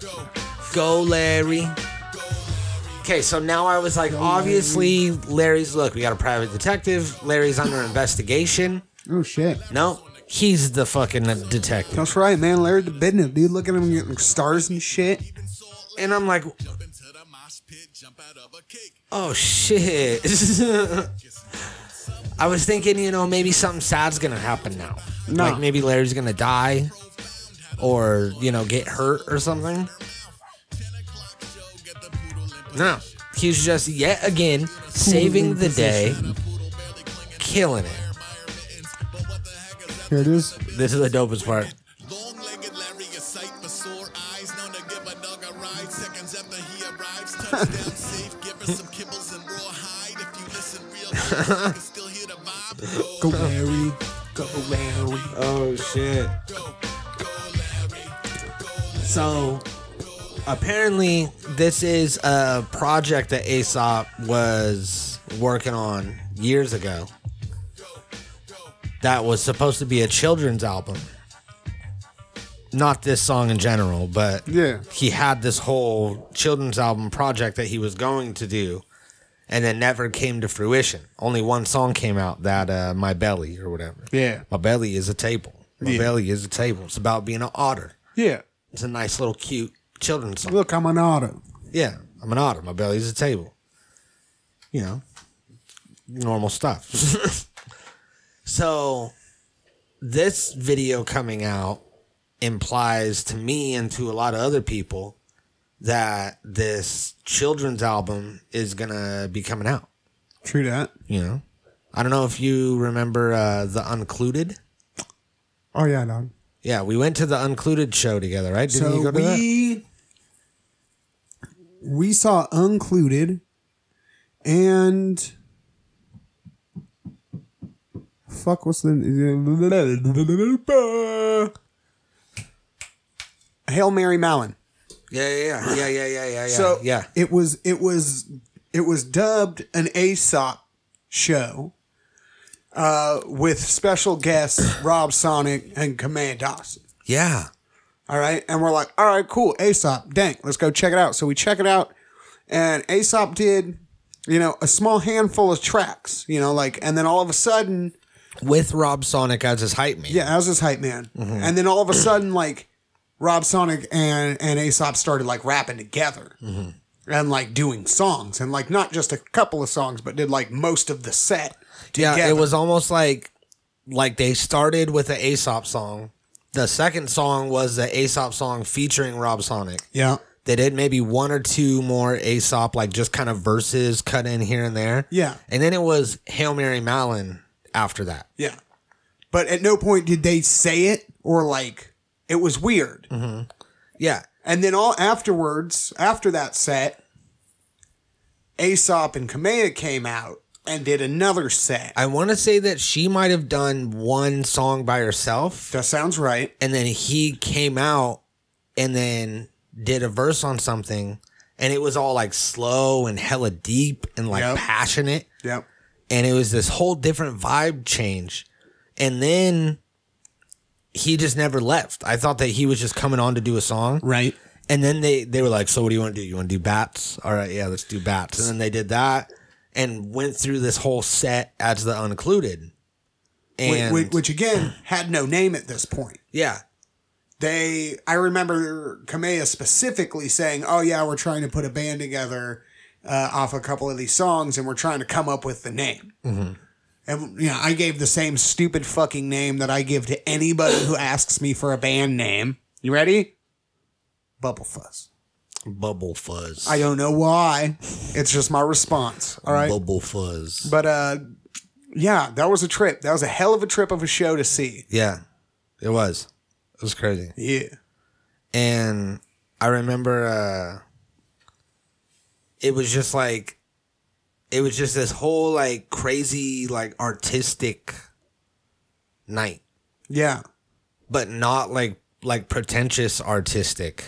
Speaker 7: go.
Speaker 3: Go, Larry. Okay, so now I was like, obviously, Larry's look, we got a private detective. Larry's under investigation.
Speaker 4: Oh, shit.
Speaker 3: No, he's the fucking detective.
Speaker 5: That's right, man. Larry the business, dude. Look at him getting stars and shit.
Speaker 3: And I'm like,
Speaker 7: Jump into the mosh pit, jump out of a cake.
Speaker 3: oh shit. I was thinking, you know, maybe something sad's gonna happen now.
Speaker 5: No.
Speaker 3: Like maybe Larry's gonna die or, you know, get hurt or something. No, he's just yet again saving the day, killing it.
Speaker 4: Here it is.
Speaker 3: This is the dopest part.
Speaker 7: Long-legged Larry, a sight for sore eyes. Known to give a dog a ride. Seconds after he arrives, touchdown safe. Give her some kibbles and raw hide. If you listen real close, you can still hear the vibe. Go,
Speaker 5: Go Larry. Go Larry.
Speaker 3: Oh shit. So apparently this is a project that Aesop was working on years ago. That was supposed to be a children's album. Not this song in general, but
Speaker 5: Yeah.
Speaker 3: he had this whole children's album project that he was going to do and it never came to fruition. Only one song came out that uh, My Belly or whatever.
Speaker 5: Yeah.
Speaker 3: My belly is a table. My
Speaker 5: Yeah.
Speaker 3: belly is a table. It's about being an otter.
Speaker 5: Yeah.
Speaker 3: It's a nice little cute children's song.
Speaker 5: Look, I'm an auto.
Speaker 3: Yeah, I'm an otter. My belly is a table. You know, normal stuff. so, this video coming out implies to me and to a lot of other people that this children's album is going to be coming out.
Speaker 5: True that.
Speaker 3: You know, I don't know if you remember uh, The Uncluded.
Speaker 5: Oh yeah, dog.
Speaker 3: Yeah, we went to the Uncluded show together, right? Didn't you
Speaker 5: so
Speaker 3: go to that?
Speaker 5: we we saw Uncluded and
Speaker 4: Fuck, what's the.
Speaker 5: Hail Mary Malin.
Speaker 3: Yeah, yeah, yeah, yeah, yeah, yeah, yeah. yeah,
Speaker 5: so
Speaker 3: yeah,
Speaker 5: it was it was it was dubbed an Aesop show uh, with special guests Rob Sonic and Command Dawson.
Speaker 3: yeah.
Speaker 5: All right. And we're like, all right, cool. Aesop, dank. Let's go check it out. So we check it out. And Aesop did, you know, a small handful of tracks, you know, like, and then all of a sudden,
Speaker 3: With Rob Sonic as his hype man.
Speaker 5: yeah, as his hype man. And then all of a sudden, like, Rob Sonic and, and Aesop started like rapping together and like doing songs and like not just a couple of songs, but did like most of the set.
Speaker 3: yeah.
Speaker 5: together.
Speaker 3: It was almost like, like they started with an Aesop song. The second song was the Aesop song featuring Rob Sonic.
Speaker 5: Yeah.
Speaker 3: They did maybe one or two more Aesop, like just kind of verses cut in here and there.
Speaker 5: Yeah.
Speaker 3: And then it was Hail Mary Malin after that.
Speaker 5: Yeah. But at no point did they say it or like, it was weird.
Speaker 3: Yeah.
Speaker 5: And then all afterwards, after that set, Aesop and Kamea came out and did another set.
Speaker 3: I want to say that she might have done one song by herself.
Speaker 5: that sounds right.
Speaker 3: and then he came out and then did a verse on something, and it was all like slow and hella deep and like
Speaker 5: Yep.
Speaker 3: passionate,
Speaker 5: Yep.
Speaker 3: and it was this whole different vibe change, and then he just never left. I thought that he was just coming on to do a song,
Speaker 4: Right.
Speaker 3: and then they they were like, "So what do you want to do? You want to do bats? All right, yeah, let's do bats." And then they did that and went through this whole set as the uncluded.
Speaker 5: Wh-
Speaker 3: And
Speaker 5: wh- Which again had no name at this point.
Speaker 3: yeah,
Speaker 5: They, I remember Kamea specifically saying, "Oh yeah, we're trying to put a band together uh, off a couple of these songs, and we're trying to come up with the name."
Speaker 3: Mm-hmm.
Speaker 5: And you know, I gave the same stupid fucking name that I give to anybody who asks me for a band name. You ready? Bubble Fuzz.
Speaker 3: bubble fuzz.
Speaker 5: I don't know why. It's just my response. All right.
Speaker 3: Bubble fuzz.
Speaker 5: But uh, yeah, that was a trip. That was a hell of a trip of a show to see.
Speaker 3: Yeah, it was. It was crazy.
Speaker 5: Yeah.
Speaker 3: and I remember uh it was just like it was just this whole like crazy like artistic night
Speaker 5: Yeah.
Speaker 3: but not like like pretentious artistic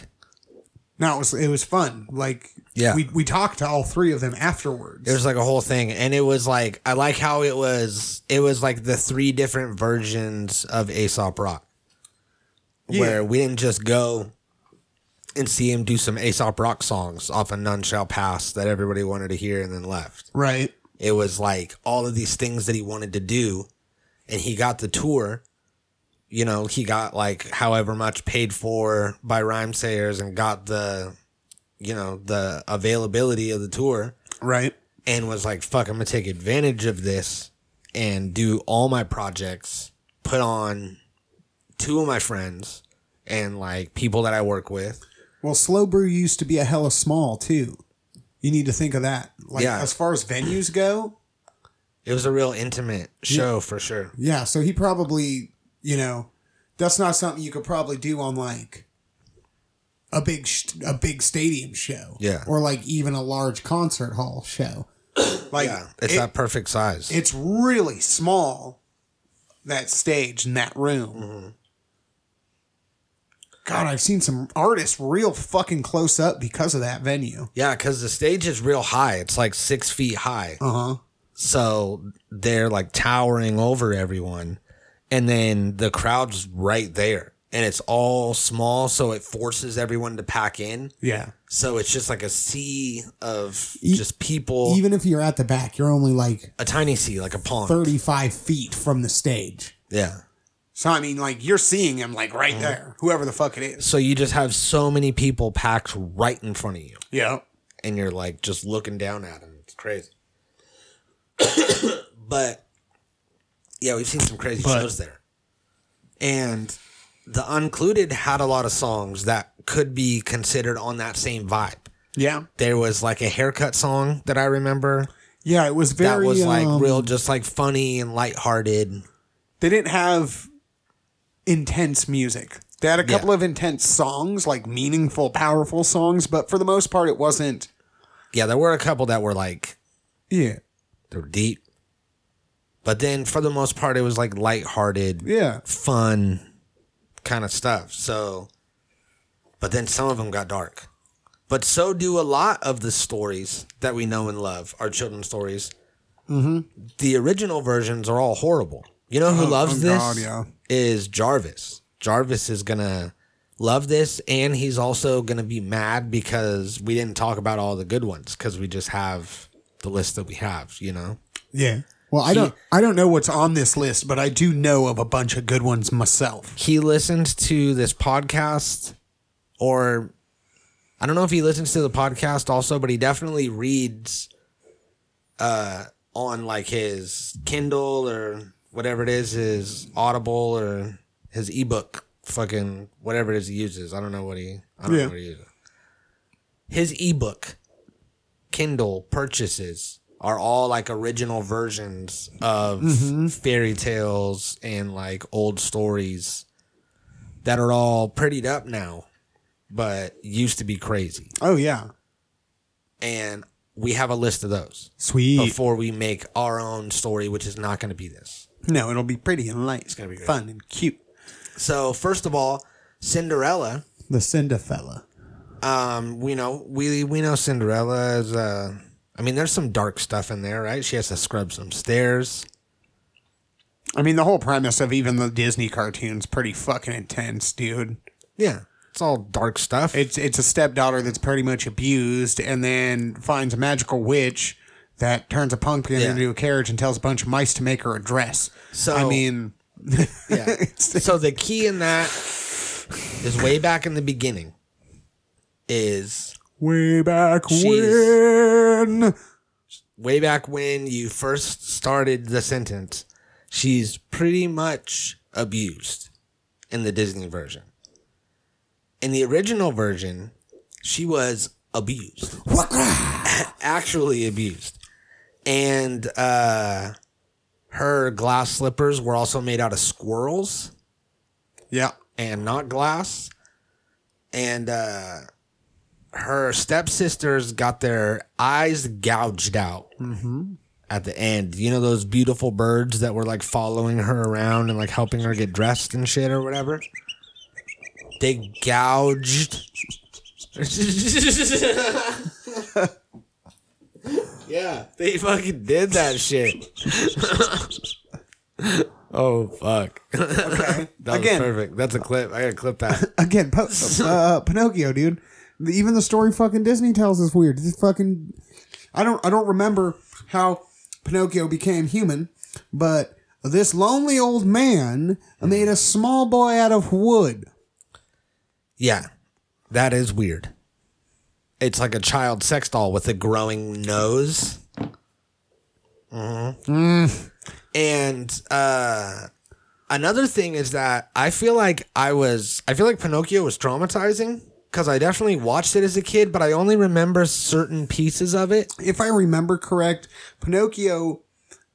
Speaker 5: No, it was it was fun. Like
Speaker 3: Yeah.
Speaker 5: we we talked to all three of them afterwards.
Speaker 3: it was like a whole thing and it was like I like how it was it was like the three different versions of Aesop Rock where we didn't just go and see him do some Aesop Rock songs off of None Shall Pass that everybody wanted to hear and then left
Speaker 5: right.
Speaker 3: It was like all of these things that he wanted to do, and he got the tour. You know, he got like however much paid for by Rhyme Sayers and got the, you know, the availability of the tour
Speaker 5: Right.
Speaker 3: and was like, fuck, I'm gonna take advantage of this and do all my projects, put on two of my friends and like people that I work with.
Speaker 5: Well, Slow Brew used to be a hella small too. You need to think of that. Like
Speaker 3: Yeah.
Speaker 5: as far as venues go,
Speaker 3: It was a real intimate show for sure.
Speaker 5: yeah. So he probably, you know, that's not something you could probably do on like a big sh- a big stadium show.
Speaker 3: Yeah.
Speaker 5: Or like even a large concert hall show. like
Speaker 3: Yeah, it's
Speaker 5: it-
Speaker 3: that perfect size.
Speaker 5: it's really small that stage and that room.
Speaker 3: Mm-hmm.
Speaker 5: God, I've seen some artists real fucking close up because of that venue.
Speaker 3: Yeah, because the stage is real high. It's like six feet high.
Speaker 5: Uh huh.
Speaker 3: So they're like towering over everyone. And then the crowd's right there. And it's all small. So it forces everyone to pack in.
Speaker 5: Yeah.
Speaker 3: So it's just like a sea of
Speaker 5: E-
Speaker 3: just people,
Speaker 5: Even if you're at the back, you're only like
Speaker 3: a tiny sea, like a pond.
Speaker 5: 35 feet from the stage.
Speaker 3: Yeah.
Speaker 5: So I mean, like you're seeing him like right
Speaker 3: Mm-hmm.
Speaker 5: there, whoever the fuck it is.
Speaker 3: So you just have so many people packed right in front of you.
Speaker 5: Yeah.
Speaker 3: and you're like just looking down at him. It's crazy. but yeah, we've seen some crazy shows there. And the Uncluded had a lot of songs that could be considered on that same vibe.
Speaker 5: Yeah.
Speaker 3: There was like a haircut song that I remember
Speaker 5: Yeah. It was
Speaker 3: that
Speaker 5: very.
Speaker 3: was like
Speaker 5: um,
Speaker 3: real, just like funny and lighthearted.
Speaker 5: They didn't have intense music. They had a couple
Speaker 3: Yeah.
Speaker 5: of intense songs, like meaningful, powerful songs, but for the most part, it wasn't.
Speaker 3: Yeah, there were a couple that were like
Speaker 5: Yeah.
Speaker 3: they were deep, but then for the most part, it was like lighthearted.
Speaker 5: Yeah.
Speaker 3: fun kind of stuff. So, but then some of them got dark. But so do a lot of the stories that we know and love, our children's stories. Mm-hmm. The original versions are all horrible. You know who loves
Speaker 5: oh
Speaker 3: this?
Speaker 5: God, yeah.
Speaker 3: Is Jarvis. Jarvis is going to love this. And he's also going to be mad because we didn't talk about all the good ones because we just have the list that we have, you know?
Speaker 5: Yeah. Well, I don't I don't know what's on this list, but I do know of a bunch of good ones myself.
Speaker 3: he listens to this podcast or I don't know if he listens to the podcast also, but he definitely reads uh on like his Kindle or whatever it is, his Audible or his ebook, fucking whatever it is he uses. I don't know what he I don't
Speaker 5: Yeah.
Speaker 3: know what he uses. His ebook Kindle purchases are all like original versions of fairy tales and like old stories that are all prettied up now, but used to be crazy.
Speaker 5: Oh yeah.
Speaker 3: And we have a list of those
Speaker 5: Sweet.
Speaker 4: Oh,
Speaker 3: before we make our own story, which is not going to be this.
Speaker 5: No, it'll be pretty and light. It's
Speaker 3: gonna be great.
Speaker 5: fun and cute.
Speaker 3: So, first of all, Cinderella
Speaker 8: The Cinda fella.
Speaker 3: Um, we know we we know Cinderella is. Uh, I mean, there's some dark stuff in there, right? She has to scrub some stairs.
Speaker 4: I mean, the whole premise of even the Disney cartoon's pretty fucking intense, dude.
Speaker 3: Yeah, it's all dark stuff.
Speaker 4: It's it's a stepdaughter that's pretty much abused, and then finds a magical witch that turns a pumpkin
Speaker 3: Yeah.
Speaker 4: into a carriage and tells a bunch of mice to make her a dress.
Speaker 3: So-
Speaker 4: I mean,
Speaker 3: yeah. so the key in that is way back in the beginning. Is
Speaker 4: way back when.
Speaker 3: way back when you first started the sentence, she's pretty much abused in the Disney version. In the original version, she was abused. Actually abused. And uh, her glass slippers were also made out of squirrels
Speaker 4: Yeah.
Speaker 3: and not glass. And uh, her stepsisters got their eyes gouged out at the end. You know those beautiful birds that were like following her around and like helping her get dressed and shit or whatever. They gouged. yeah, they fucking did that shit. oh fuck! that was
Speaker 4: Again.
Speaker 3: perfect. That's a clip. I gotta clip that.
Speaker 8: Again, po- uh, Pinocchio, dude. The- Even the story fucking Disney tells is weird. This fucking
Speaker 4: I don't I don't remember how Pinocchio became human, but
Speaker 8: this lonely old man made a small boy out of wood.
Speaker 3: Yeah, that is weird. It's like a child sex doll with a growing nose. Mm-hmm. And uh, another thing is that I feel like I was, I feel like Pinocchio was traumatizing because I definitely watched it as a kid, but I only remember certain pieces of it.
Speaker 4: if I remember correct, Pinocchio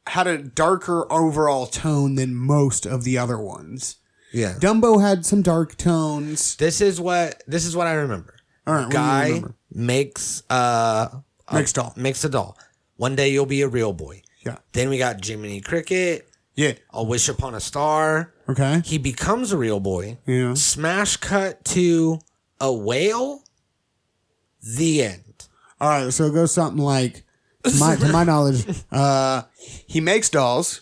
Speaker 4: had a darker overall tone than most of the other ones.
Speaker 3: Yeah.
Speaker 8: Dumbo had some dark tones.
Speaker 3: This is what this is what I remember.
Speaker 4: All right, what do you
Speaker 3: Guy
Speaker 4: remember?
Speaker 3: makes uh
Speaker 4: Next doll.
Speaker 3: makes a doll. One day you'll be a real boy.
Speaker 4: Yeah.
Speaker 3: Then we got Jiminy Cricket.
Speaker 4: Yeah.
Speaker 3: A Wish Upon a Star.
Speaker 4: Okay.
Speaker 3: He becomes a real boy.
Speaker 4: Yeah.
Speaker 3: Smash cut to a whale. The end.
Speaker 4: All right. So
Speaker 8: So it goes something like, to my, to my knowledge,
Speaker 4: uh, he makes dolls,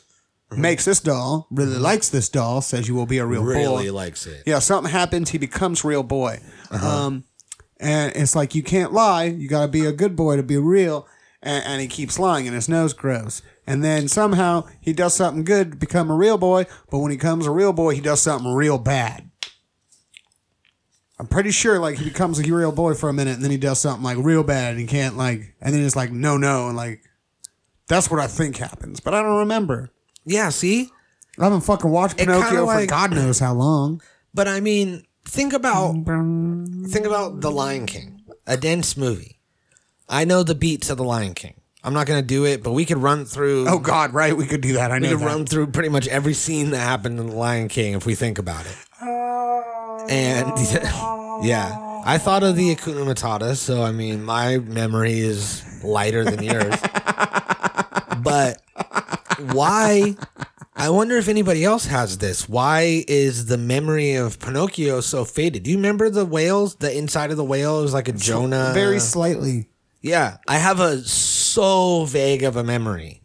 Speaker 4: makes this doll, really likes this doll, says you will be a real
Speaker 3: Really
Speaker 4: boy.
Speaker 3: likes it.
Speaker 4: Yeah. Something happens. He becomes real boy.
Speaker 3: Uh-huh.
Speaker 4: Um, and it's like you can't lie. You got to be a good boy to be real. And, and he keeps lying, and his nose grows. And then somehow he does something good to become a real boy. But when he becomes a real boy, he does something real bad. I'm pretty sure like he becomes a real boy for a minute, and then he does something like real bad, and he can't like, and then it's like no, no, and like that's what I think happens, but I don't remember.
Speaker 3: Yeah, see?
Speaker 8: I haven't fucking watched
Speaker 3: It kinda
Speaker 8: Pinocchio for
Speaker 3: like-
Speaker 8: God knows how long.
Speaker 3: But I mean, think about think about The Lion King, a dense movie. I know the beats of The Lion King. I'm not gonna do it, but we could run through.
Speaker 4: Oh God, right? We could do that. I
Speaker 3: we
Speaker 4: know
Speaker 3: could
Speaker 4: that.
Speaker 3: run through pretty much every scene that happened in The Lion King if we think about it. And yeah, I thought of the Akuna Matata, so I mean, my memory is lighter than yours. but why? I wonder if anybody else has this. Why is the memory of Pinocchio so faded? Do you remember the whales? The inside of the whale is like a Jonah.
Speaker 4: Uh,
Speaker 8: Very slightly.
Speaker 3: Yeah, I have a so vague of a memory.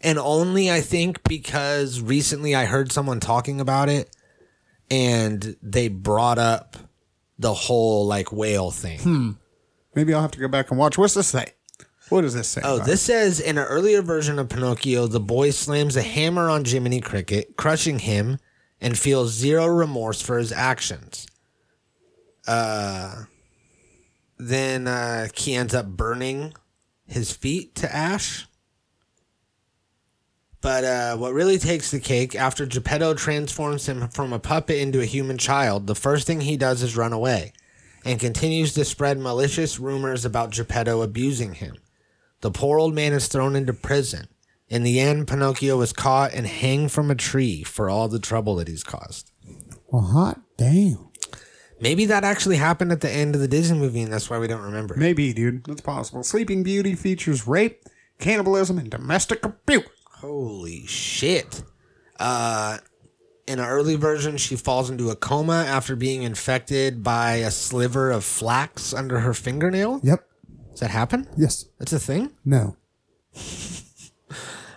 Speaker 3: And only I think because recently I heard someone talking about it and they brought up the whole like whale thing.
Speaker 4: Maybe I'll have to go back and watch. What's this say? What does this say?
Speaker 3: Oh,
Speaker 4: about
Speaker 3: this says in an earlier version of Pinocchio, the boy slams a hammer on Jiminy Cricket, crushing him, and feels zero remorse for his actions. Uh, then uh, he ends up burning his feet to ash. But uh, what really takes the cake, after Geppetto transforms him from a puppet into a human child, the first thing he does is run away and continues to spread malicious rumors about Geppetto abusing him. The poor old man is thrown into prison. In the end, Pinocchio is caught and hanged from a tree for all the trouble that he's caused.
Speaker 8: Well, hot damn.
Speaker 3: Maybe that actually happened at the end of the Disney movie, and that's why we don't remember. it.
Speaker 4: Maybe, dude. That's possible. Sleeping Beauty features rape, cannibalism, and domestic abuse.
Speaker 3: Holy shit. Uh, In an early version, she falls into a coma after being infected by a sliver of flax under her fingernail.
Speaker 4: Yep.
Speaker 3: Does that happen?
Speaker 4: Yes.
Speaker 3: That's a thing.
Speaker 4: No.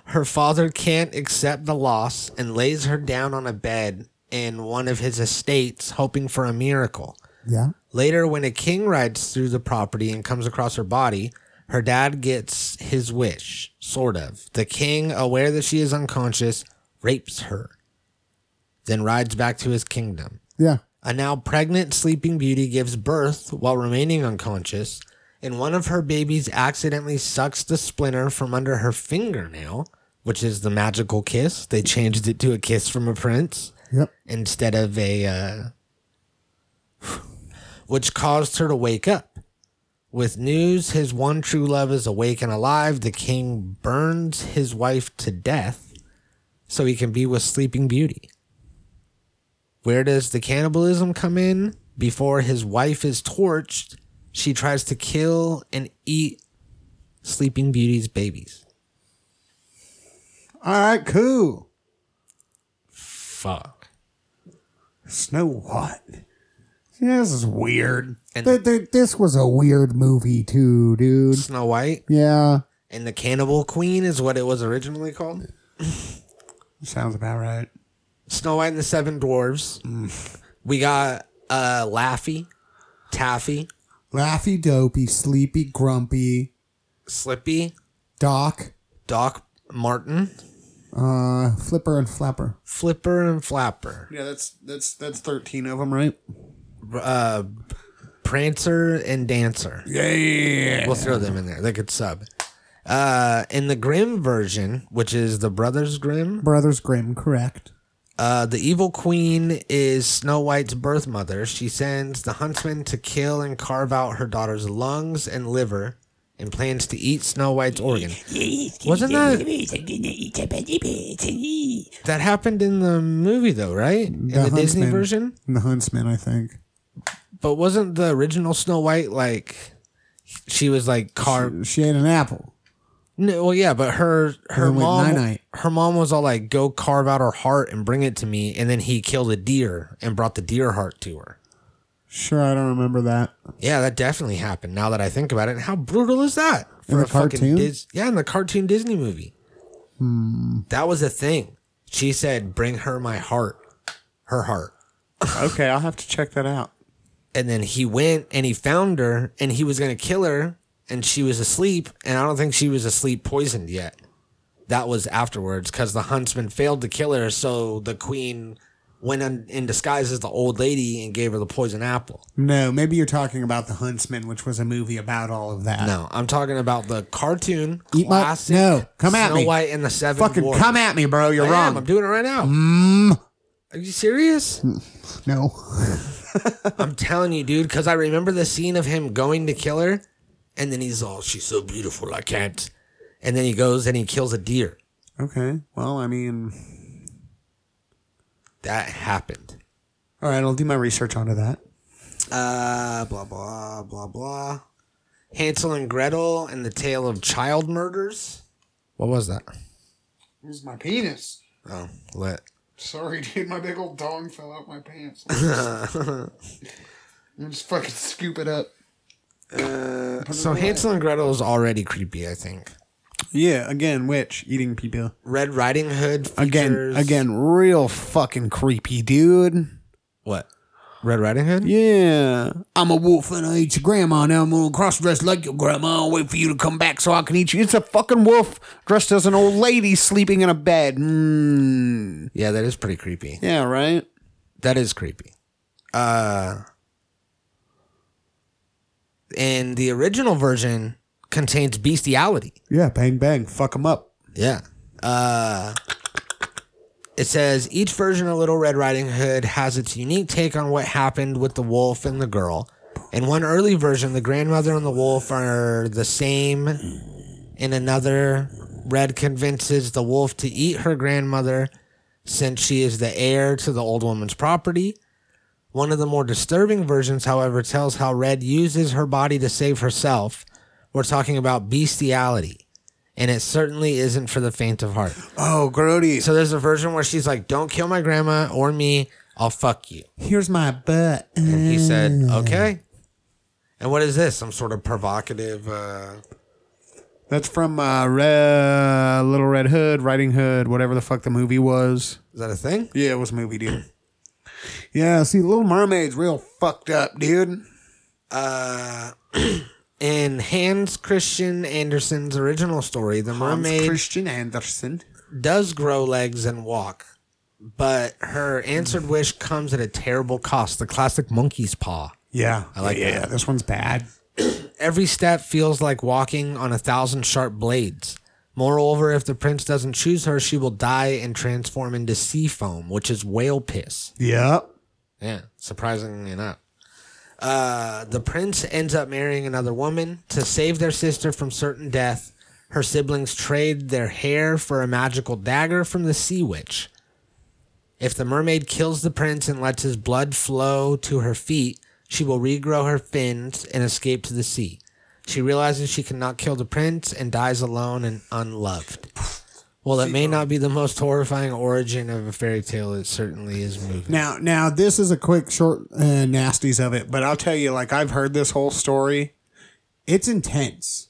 Speaker 3: Her father can't accept the loss and lays her down on a bed in one of his estates, hoping for a miracle.
Speaker 4: Yeah.
Speaker 3: Later, when a king rides through the property and comes across her body, her dad gets his wish, sort of. The king, aware that she is unconscious, rapes her, then rides back to his kingdom.
Speaker 4: Yeah.
Speaker 3: A now pregnant Sleeping Beauty gives birth while remaining unconscious, and one of her babies accidentally sucks the splinter from under her fingernail, which is the magical kiss. They changed it to a kiss from a prince
Speaker 4: Yep.
Speaker 3: instead of a uh, which caused her to wake up with news his one true love is awake and alive the king burns his wife to death so he can be with sleeping beauty where does the cannibalism come in before his wife is torched she tries to kill and eat sleeping beauty's babies
Speaker 4: All right. Cool.
Speaker 3: fuck
Speaker 5: Snow White. Yeah, this is weird.
Speaker 3: and
Speaker 4: Th- th- this was a weird movie too, dude.
Speaker 3: snow white
Speaker 4: Yeah.
Speaker 3: and the cannibal queen is what it was originally called
Speaker 5: Sounds about right.
Speaker 3: Snow White and the Seven Dwarves. We got uh, Laffy, Taffy,
Speaker 4: Laffy, dopey, sleepy, grumpy,
Speaker 3: Slippy,
Speaker 4: Doc,
Speaker 3: Doc Martin,
Speaker 4: uh, Flipper, and Flapper.
Speaker 3: Flipper, and Flapper,
Speaker 5: Yeah, that's that's that's thirteen of them, right?
Speaker 3: uh, Prancer, and Dancer.
Speaker 5: Yeah.
Speaker 3: We'll throw them in there. They could sub. Uh, in the Grimm version, which is the Brothers Grimm,
Speaker 4: Brothers Grimm, correct.
Speaker 3: Uh, the evil queen is Snow White's birth mother. She sends the huntsman to kill and carve out her daughter's lungs and liver, and plans to eat Snow White's organ. Wasn't that that happened in the movie though, right? In the, Disney
Speaker 4: Huntsman.
Speaker 3: version.
Speaker 4: And the Huntsman, I think.
Speaker 3: But wasn't the original Snow White like she was like carved?
Speaker 4: She ate an apple.
Speaker 3: No, well, yeah, but her her
Speaker 4: Then went
Speaker 3: mom
Speaker 4: night-night.
Speaker 3: her mom was all like, "Go carve out her heart and bring it to me," and then he killed a deer and brought the deer heart to her.
Speaker 4: Sure, I don't remember that.
Speaker 3: Yeah, that definitely happened. Now that I think about it, and how brutal is that for
Speaker 4: the cartoon?
Speaker 3: Dis- yeah, in the cartoon Disney movie,
Speaker 4: Hmm.
Speaker 3: that was a thing. She said, "Bring her my heart, her heart,"
Speaker 5: Okay, I'll have to check that out.
Speaker 3: and then he went and he found her, and he was gonna kill her, and she was asleep, and I don't think she was asleep poisoned yet. That was afterwards because the huntsman failed to kill her, so the queen went in, in disguise as the old lady and gave her the poison apple.
Speaker 5: No, maybe you're talking about the Huntsman, which was a movie about all of that.
Speaker 3: No, I'm talking about the cartoon
Speaker 4: Eat my-
Speaker 3: classic.
Speaker 4: no, come at
Speaker 3: Snow
Speaker 4: me.
Speaker 3: White and the Seven.
Speaker 5: Fucking
Speaker 3: Dwarfs.
Speaker 5: come at me, bro. You're
Speaker 3: I am,
Speaker 5: wrong.
Speaker 3: I'm doing it right now.
Speaker 4: Mm.
Speaker 3: Are you serious?
Speaker 4: No.
Speaker 3: I'm telling you, dude, because I remember the scene of him going to kill her, and then he's all, "She's so beautiful, I can't." And then he goes and he kills a deer.
Speaker 5: okay. Well, I mean,
Speaker 3: That happened.
Speaker 5: all right. I'll do my research onto that.
Speaker 3: Uh, blah blah blah blah. Hansel and Gretel and the tale of child murders. What was that?
Speaker 5: Where's my penis?
Speaker 3: Oh, lit.
Speaker 5: Sorry, dude. My big old dong fell out my pants. I'm just fucking scoop it up.
Speaker 3: So Hansel and Gretel is already creepy, I think.
Speaker 5: Yeah. Again, witch eating people.
Speaker 3: Red Riding Hood.
Speaker 5: Again.
Speaker 3: features-
Speaker 5: Again. Real fucking creepy, dude.
Speaker 3: What? Red Riding Hood?
Speaker 5: Yeah. I'm a wolf and I eat your grandma. Now I'm gonna cross dress like your grandma and wait for you to come back so I can eat you. It's a fucking wolf dressed as an old lady sleeping in a bed. Mm.
Speaker 3: Yeah, that is pretty creepy.
Speaker 5: Yeah, right?
Speaker 3: That is creepy. Uh and the original version contains bestiality.
Speaker 4: yeah, bang
Speaker 5: Bang, fuck him up.
Speaker 3: Yeah. Uh it says each version of Little Red Riding Hood has its unique take on what happened with the wolf and the girl. In one early version, the grandmother and the wolf are the same. In another, Red convinces the wolf to eat her grandmother since she is the heir to the old woman's property. One of the more disturbing versions, however, tells how Red uses her body to save herself. We're talking about bestiality. and it certainly isn't for the faint of heart.
Speaker 4: Oh, Grody.
Speaker 3: So there's a version where she's like, "Don't kill my grandma or me. I'll fuck you."
Speaker 4: here's my butt.
Speaker 3: And he said, "Okay." And what is this? Some sort of provocative? Uh,
Speaker 4: That's from uh, Re- Little Red Hood, Riding Hood, whatever the fuck the movie was.
Speaker 3: is that a thing?
Speaker 4: Yeah, it was a movie, dude. yeah, see, Little Mermaid's real fucked up, dude.
Speaker 3: In Hans Christian Andersen's original story, the mermaid
Speaker 4: Hans Christian Andersen.
Speaker 3: does grow legs and walk, but her answered wish comes at a terrible cost. The classic monkey's paw.
Speaker 4: Yeah, I
Speaker 3: like
Speaker 4: yeah,
Speaker 3: that.
Speaker 4: Yeah, this one's bad.
Speaker 3: Every step feels like walking on a thousand sharp blades. Moreover, if the prince doesn't choose her, she will die and transform into sea foam, which is whale piss.
Speaker 4: Yep.
Speaker 3: Yeah, surprisingly enough. Uh, the prince ends up marrying another woman to save their sister from certain death. Her siblings trade their hair for a magical dagger from the sea witch. If the mermaid kills the prince and lets his blood flow to her feet, she will regrow her fins and escape to the sea. She realizes she cannot kill the prince and dies alone and unloved. Well, it may not be the most horrifying origin of a fairy tale. It certainly is moving.
Speaker 4: Now, now this is a quick short uh, nasties of it, but I'll tell you, like I've heard this whole story. It's intense.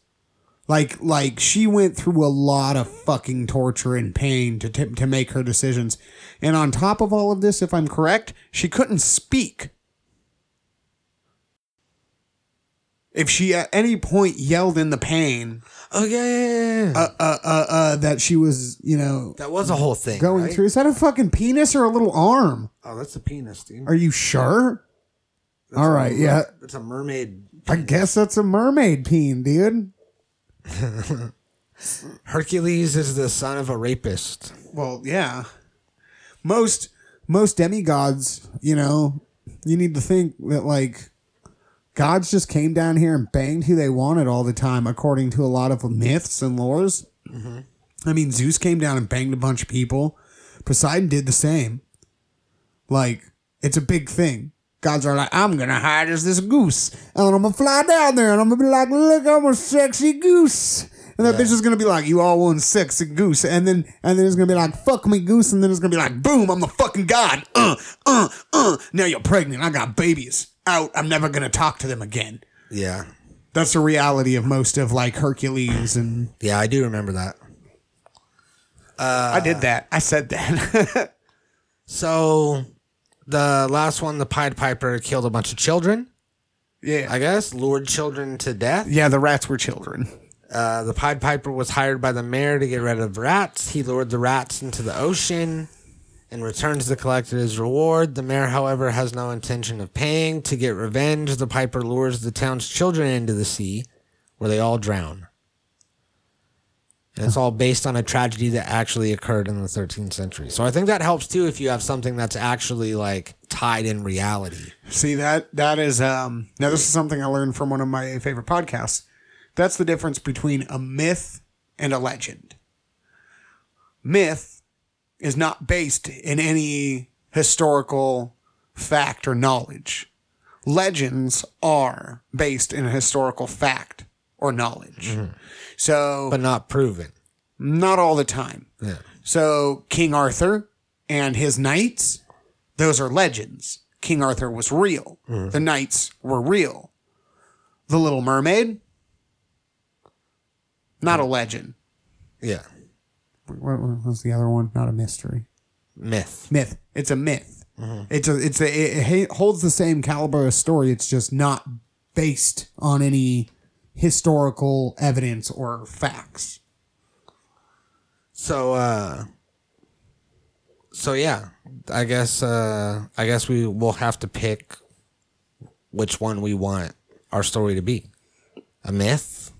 Speaker 4: Like, like she went through a lot of fucking torture and pain to t- to make her decisions, and on top of all of this, if I'm correct, she couldn't speak. If she at any point yelled in the pain
Speaker 3: Oh yeah, yeah, yeah, yeah.
Speaker 4: uh, that she was, you know,
Speaker 3: That was a whole thing.
Speaker 4: going
Speaker 3: right?
Speaker 4: through, is that a fucking penis or a little arm?
Speaker 3: Oh, that's a penis, dude.
Speaker 4: Are you sure? All right, yeah.
Speaker 3: That's a mermaid.
Speaker 4: I guess that's a mermaid peen, dude.
Speaker 3: Hercules is the son of a rapist.
Speaker 4: Well, yeah. Most most demigods, you know, you need to think that like gods just came down here and banged who they wanted all the time, according to a lot of myths and lores. Mm-hmm. I mean, Zeus came down and banged a bunch of people. Poseidon did the same. Like, it's a big thing. Gods are like, I'm gonna hide as this goose, and I'm gonna fly down there, and I'm gonna be like, look, I'm a sexy goose. And that bitch is gonna be like, you all one sexy goose, and then and then it's gonna be like, fuck me goose, and then it's gonna be like, boom, I'm the fucking god. Uh, uh, uh. Now you're pregnant. I got babies. Out. I'm never gonna talk to them again.
Speaker 3: Yeah,
Speaker 4: That's the reality of most of like Hercules and
Speaker 3: yeah, I do remember that.
Speaker 4: I did that. I said that.
Speaker 3: So, the last one, the Pied Piper killed a bunch of children.
Speaker 4: yeah.
Speaker 3: I guess lured children to death.
Speaker 4: yeah, the rats were children.
Speaker 3: Uh, the Pied Piper was hired by the mayor to get rid of rats. He lured the rats into the ocean and returns the collector his reward. The mayor, however, has no intention of paying. To get revenge, the Piper lures the town's children into the sea where they all drown. And it's all based on a tragedy that actually occurred in the 13th century. So I think that helps too if you have something that's actually like tied in reality.
Speaker 4: See that that is um now this is something I learned from one of my favorite podcasts. That's the difference between a myth and a legend. Myth is not based in any historical fact or knowledge. Legends are based in a historical fact or knowledge. So
Speaker 3: But not proven.
Speaker 4: not all the time. So King Arthur and his knights, those are legends. King Arthur was real. The knights were real. The Little Mermaid, not a legend.
Speaker 3: Yeah.
Speaker 4: What what was the other one? Not a mystery.
Speaker 3: Myth.
Speaker 4: Myth. It's a myth. It's a. It's a. It, it holds the same caliber of story. It's just not based on any historical evidence or facts.
Speaker 3: So uh so yeah, I guess uh I guess we will have to pick which one we want our story to be. A myth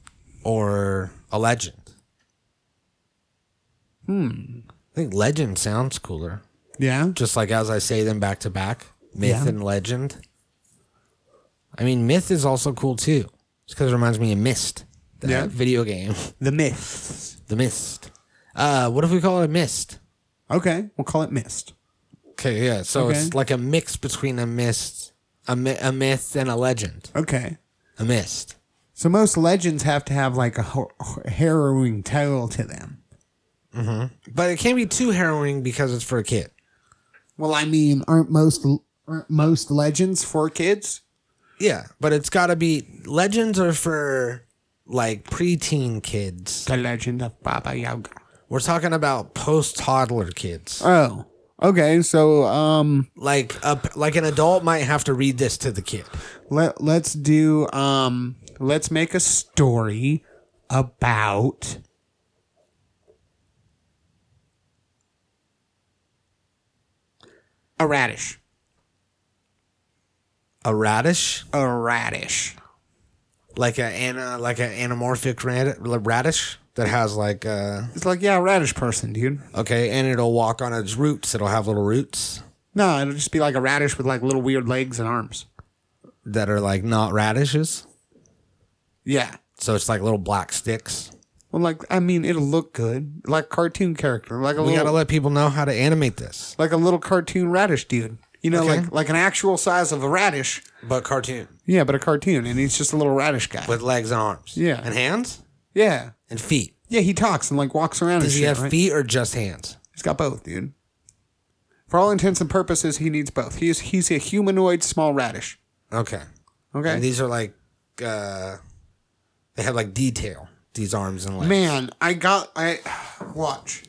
Speaker 3: or a legend. Hmm.
Speaker 4: Hmm.
Speaker 3: I think legend sounds cooler.
Speaker 4: Yeah.
Speaker 3: Just like as I say them back to back, myth
Speaker 4: Yeah.
Speaker 3: and legend. I mean, myth is also cool too. It's because it reminds me of Mist, that
Speaker 4: Yeah.
Speaker 3: video game,
Speaker 4: The myth.
Speaker 3: the Mist. Uh, what if we call it a Mist?
Speaker 4: Okay, we'll call it mist.
Speaker 3: Okay, yeah. So it's
Speaker 4: Okay.
Speaker 3: like a mix between a mist, a, mi- a myth, and a legend.
Speaker 4: Okay.
Speaker 3: A mist.
Speaker 4: So most legends have to have like a ho- harrowing tale to them.
Speaker 3: But it can't be too harrowing because it's for a kid.
Speaker 4: Well, I mean, aren't most aren't most legends for kids?
Speaker 3: Yeah, but it's got to be legends are for like preteen kids.
Speaker 4: The legend of Baba Yaga.
Speaker 3: We're talking about post toddler kids.
Speaker 4: Oh, okay. So um,
Speaker 3: Like a, like an adult might have to read this to the kid.
Speaker 4: let let's do um, let's make a story about a radish.
Speaker 3: A radish,
Speaker 4: A radish.
Speaker 3: like a ana, like an anamorphic rad, radish that has like uh
Speaker 4: It's like yeah, radish person, dude.
Speaker 3: okay, and it'll walk on its roots. It'll have little roots
Speaker 4: No, it'll just be like a radish with like little weird legs and arms.
Speaker 3: that are like not radishes.
Speaker 4: Yeah.
Speaker 3: So it's like little black sticks.
Speaker 4: Well, like I mean, it'll look good, like cartoon character, like a
Speaker 3: We
Speaker 4: little,
Speaker 3: gotta let people know how to animate this.
Speaker 4: like a little cartoon radish dude. You know,
Speaker 3: Okay.
Speaker 4: like like an actual size of a radish.
Speaker 3: But cartoon
Speaker 4: Yeah, but a cartoon, and he's just a little radish guy.
Speaker 3: with legs and arms.
Speaker 4: Yeah.
Speaker 3: and hands
Speaker 4: yeah,
Speaker 3: and feet.
Speaker 4: yeah, he talks and like walks around.
Speaker 3: Does
Speaker 4: and
Speaker 3: he
Speaker 4: shit,
Speaker 3: have
Speaker 4: right?
Speaker 3: feet or just hands?
Speaker 4: He's got both, dude. For all intents and purposes, he needs both. He is he's a humanoid small radish.
Speaker 3: Okay.
Speaker 4: Okay.
Speaker 3: And these are like uh they have like detail, these arms and legs.
Speaker 4: Man, I got I watch.